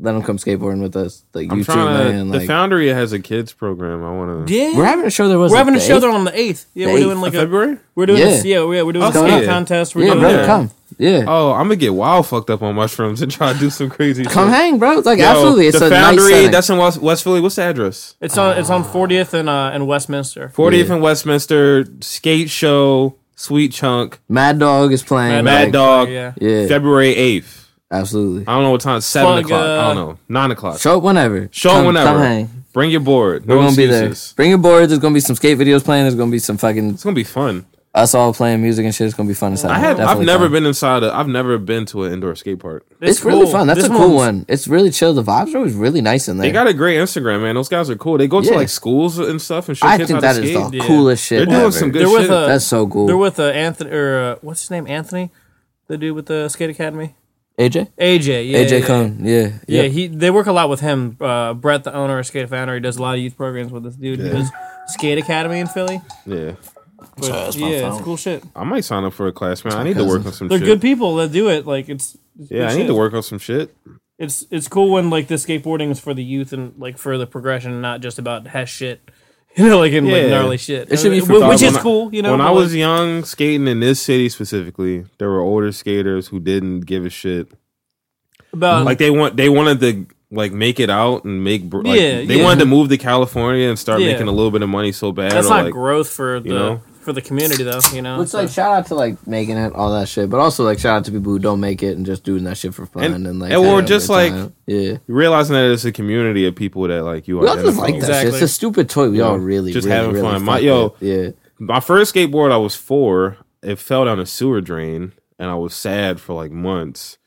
B: let them come skateboarding with us. Like
A: I'm
B: YouTube,
A: trying to.
B: man.
A: the
B: Like
A: Foundry has a kids program. I want to.
C: Yeah.
B: we're having a show. There was
C: We're
B: like,
C: having a
B: the
C: show there
B: eighth-
C: on the eighth. Yeah,
B: The
C: we're
B: 8th.
C: doing like a
A: February?
C: we're doing
B: Yeah.
C: this, yeah, yeah, we're doing a
A: Okay.
C: skate
A: Yeah.
C: contest. We're
B: Yeah,
C: doing
B: brother,
A: Yeah.
B: come. Yeah,
A: Oh, I'm gonna get wild fucked up on mushrooms and try to do some crazy.
B: come
A: shit.
B: hang, bro. Like
A: Yo,
B: absolutely, it's
A: the
B: a nice
A: Foundry.
B: setting.
A: that's in West, West Philly. What's the address?
C: It's on it's on fortieth and uh and Westminster.
A: 40th
B: Yeah.
A: and Westminster skate show. Sweet chunk.
B: Mad Dog is playing.
A: Mad
B: like,
A: Dog.
C: Yeah.
B: Yeah,
A: February 8th.
B: absolutely.
A: I don't know what time. Seven
C: Plug,
A: o'clock. I
C: uh,
A: don't know. Nine o'clock.
B: Show up whenever.
A: Show up
B: Come-
A: whenever.
B: Come hang.
A: Bring your board.
B: We're
A: No
B: gonna be there.
A: excuses.
B: Bring your boards. There's gonna be some skate videos playing. There's gonna be some fucking
A: It's gonna be fun.
B: us all playing music and shit. It's gonna be fun inside.
A: I have. I've
B: Definitely
A: never
B: fun.
A: been inside. A, I've never been to an indoor skate park.
B: It's, really
C: cool.
B: fun. That's
C: This
B: a cool
C: one's-
B: one. It's really chill. The vibes are always really nice in there.
A: They got a great Instagram, man. Those guys are cool. They go to
B: Yeah.
A: like schools and stuff and show
B: I
A: kids
B: think
A: how
B: that
A: to
B: is
A: skate.
B: the
C: Yeah.
B: coolest shit.
A: They're doing
B: ever.
A: some good
C: They're with
A: shit.
C: a-
B: That's so cool.
C: They're with uh, Anthony or uh, what's his name? Anthony, the dude with the skate academy.
B: AJ.
C: AJ, yeah,
B: AJ
C: yeah.
B: Cohn. Yeah.
C: Yeah,
B: Yeah.
C: he they work a lot with him. Uh, Brett, the owner of Skate Foundry, does a lot of youth programs with this dude. He does Skate Academy in Philly.
A: yeah,
C: But,
B: that's my
C: yeah,
B: phone.
C: it's cool shit.
A: I might sign up for a class, man. I need to work on some.
C: They're
A: shit.
C: good people that do it. Like it's, it's
A: Yeah,
C: good
A: I need
C: shit.
A: to work on some shit.
C: It's it's cool when like the skateboarding is for the youth and like for the progression, not just about hash shit. You know, like in like
A: Yeah.
C: gnarly shit.
B: It should be for
C: Wh- which
B: dogs.
C: is
A: When I-
C: cool. You know,
A: when
C: but,
A: I was
C: like,
A: young, skating in this city specifically, there were older skaters who didn't give a shit.
C: about
A: Like they want, they wanted to like make it out and make. br- Like,
C: Yeah,
A: they
C: yeah.
A: wanted to move to California and start
C: Yeah.
A: making a little bit of money so bad.
C: that's
A: or,
C: not
A: like,
C: growth for the
A: know?
C: for the community though. You know,
B: It's
C: so-
B: like shout out to like making it all that shit, but also like shout out to people who don't make it and just doing that shit for fun and,
A: And-
B: like
A: and we're
B: having a
A: just,
B: good
A: like,
B: time. yeah.
A: realizing that it's a community of people that like you
B: We all just
A: identify
B: like that
A: with.
B: shit. It's
C: Exactly.
B: a stupid toy. We
A: Yeah.
B: all really
A: Just
B: really,
A: having
B: really
A: fun. My-
B: fuck
A: yo.
B: with. yeah.
A: My first skateboard, I was four. It fell down a sewer drain, and I was sad for like months.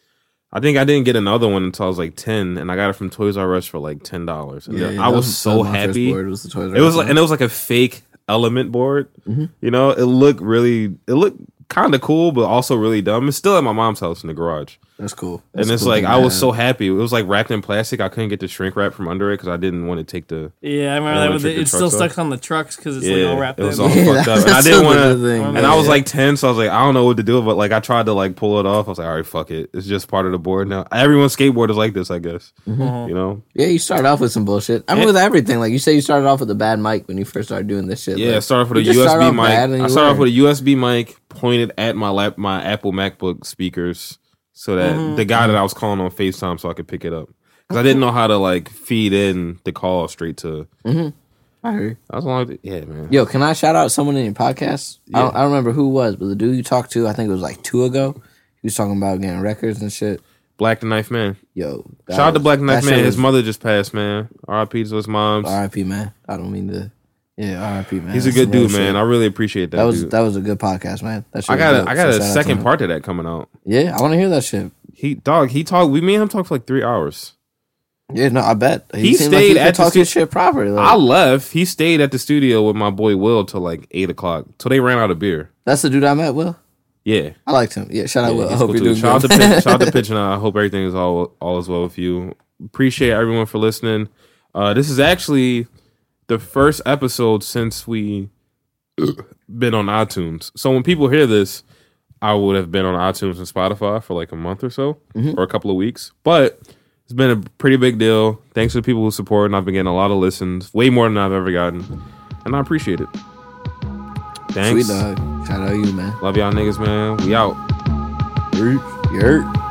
A: I think I didn't get another one until I was like ten, and I got it from Toys R Us for like ten dollars. And
B: Yeah,
A: I
B: that
A: was, so
B: my first
A: happy.
B: board was the Toys R
A: It was
B: Us
A: like,
B: one.
A: and it was like a fake element board.
B: Mm-hmm.
A: You know, it looked really, it looked kind of cool, but also really dumb. It's still at my mom's house in the garage,
B: that's cool.
A: and it's like I was so happy. It was like wrapped in plastic. I couldn't get the shrink wrap from under it because I didn't want to take the.
C: yeah, I
A: Yeah,
C: remember that.
A: when
C: With
A: you
C: the,
A: took the
C: it still
A: trucks off.
C: stuck on the trucks because it's like all
A: Yeah,
C: wrapped
A: it was
C: in.
A: all
B: Yeah,
A: fucked up.
B: that's
A: And I didn't
B: another
A: want
B: thing,
A: to, and I
C: man.
A: was like ten, so I was like, I don't know what to do, but like I tried to like pull it off. I was like, all right, fuck it, it's just part of the board now. Everyone's skateboard is like this, I guess.
B: Mm-hmm.
A: You know,
B: yeah. You start off with some bullshit. I mean, with everything, like you say, you started off with a bad mic when you first started doing this shit.
A: Yeah, I
B: like,
A: started off with
B: you
A: a
B: just start
A: USB
B: off bad
A: mic.
B: and
A: I
B: you
A: started off
B: learn.
A: with a USB mic pointed at my lap, my Apple MacBook speakers, so that
B: Mm-hmm.
A: the guy that I was calling on Facetime, so I could pick it up because I didn't know how to like feed in the call straight to.
B: I heard.
A: I was like, yeah, man.
B: Yo, can I shout out someone in your podcast? I, don't, I don't remember who it was, but the dude you talked to, I think it was like two ago. He was talking about getting records and shit.
A: Black the Knife Man.
B: Yo, that
A: Shout out to
B: was-
A: Black the Knife
B: that shit
A: Man. His
B: was-
A: mother just passed, man. R.I.P. to his mom.
B: R.I.P. Man. I don't mean to. Yeah, R.I.P. Man.
A: He's a
B: That's
A: good
B: some real
A: dude, man.
B: shit.
A: I really appreciate that.
B: that was
A: dude.
B: that was a good podcast, man. That shit
A: I
B: was
A: got
B: dope.
A: a, I got
B: So
A: a
B: shout out to
A: second
B: him.
A: part to that coming out.
B: Yeah, I want to hear that shit.
A: He dog. He talked. We made him talk for like three hours.
B: Yeah, no, I bet
A: He
B: seemed
A: stayed
B: could
A: at the
B: talk his
A: stu-
B: shit properly. Like,
A: I left. He stayed at the studio with my boy Will till like eight o'clock. Till they ran out of beer.
B: that's the dude I met. Will
A: Yeah.
B: I liked him. Yeah, shout out. Will. I
A: He's
B: hope
A: cool
B: you're
A: too.
B: doing
A: shout, Out
B: good.
A: to Pitch, shout out to Pitch and I. I hope everything is all all is well with you. Appreciate everyone for listening. Uh, this is actually the first episode since we been on iTunes. So when people hear this, I would have been on iTunes and Spotify for like a month or so,
B: Mm-hmm.
A: or a couple of weeks. But it's been a pretty big deal. Thanks to the people who support, and I've been getting a lot of listens, way more than I've ever gotten, and I appreciate it. Thanks.
B: Sweet dog. Shout out you, man.
A: Love y'all niggas, man. We out.
B: Yurt. Yurt.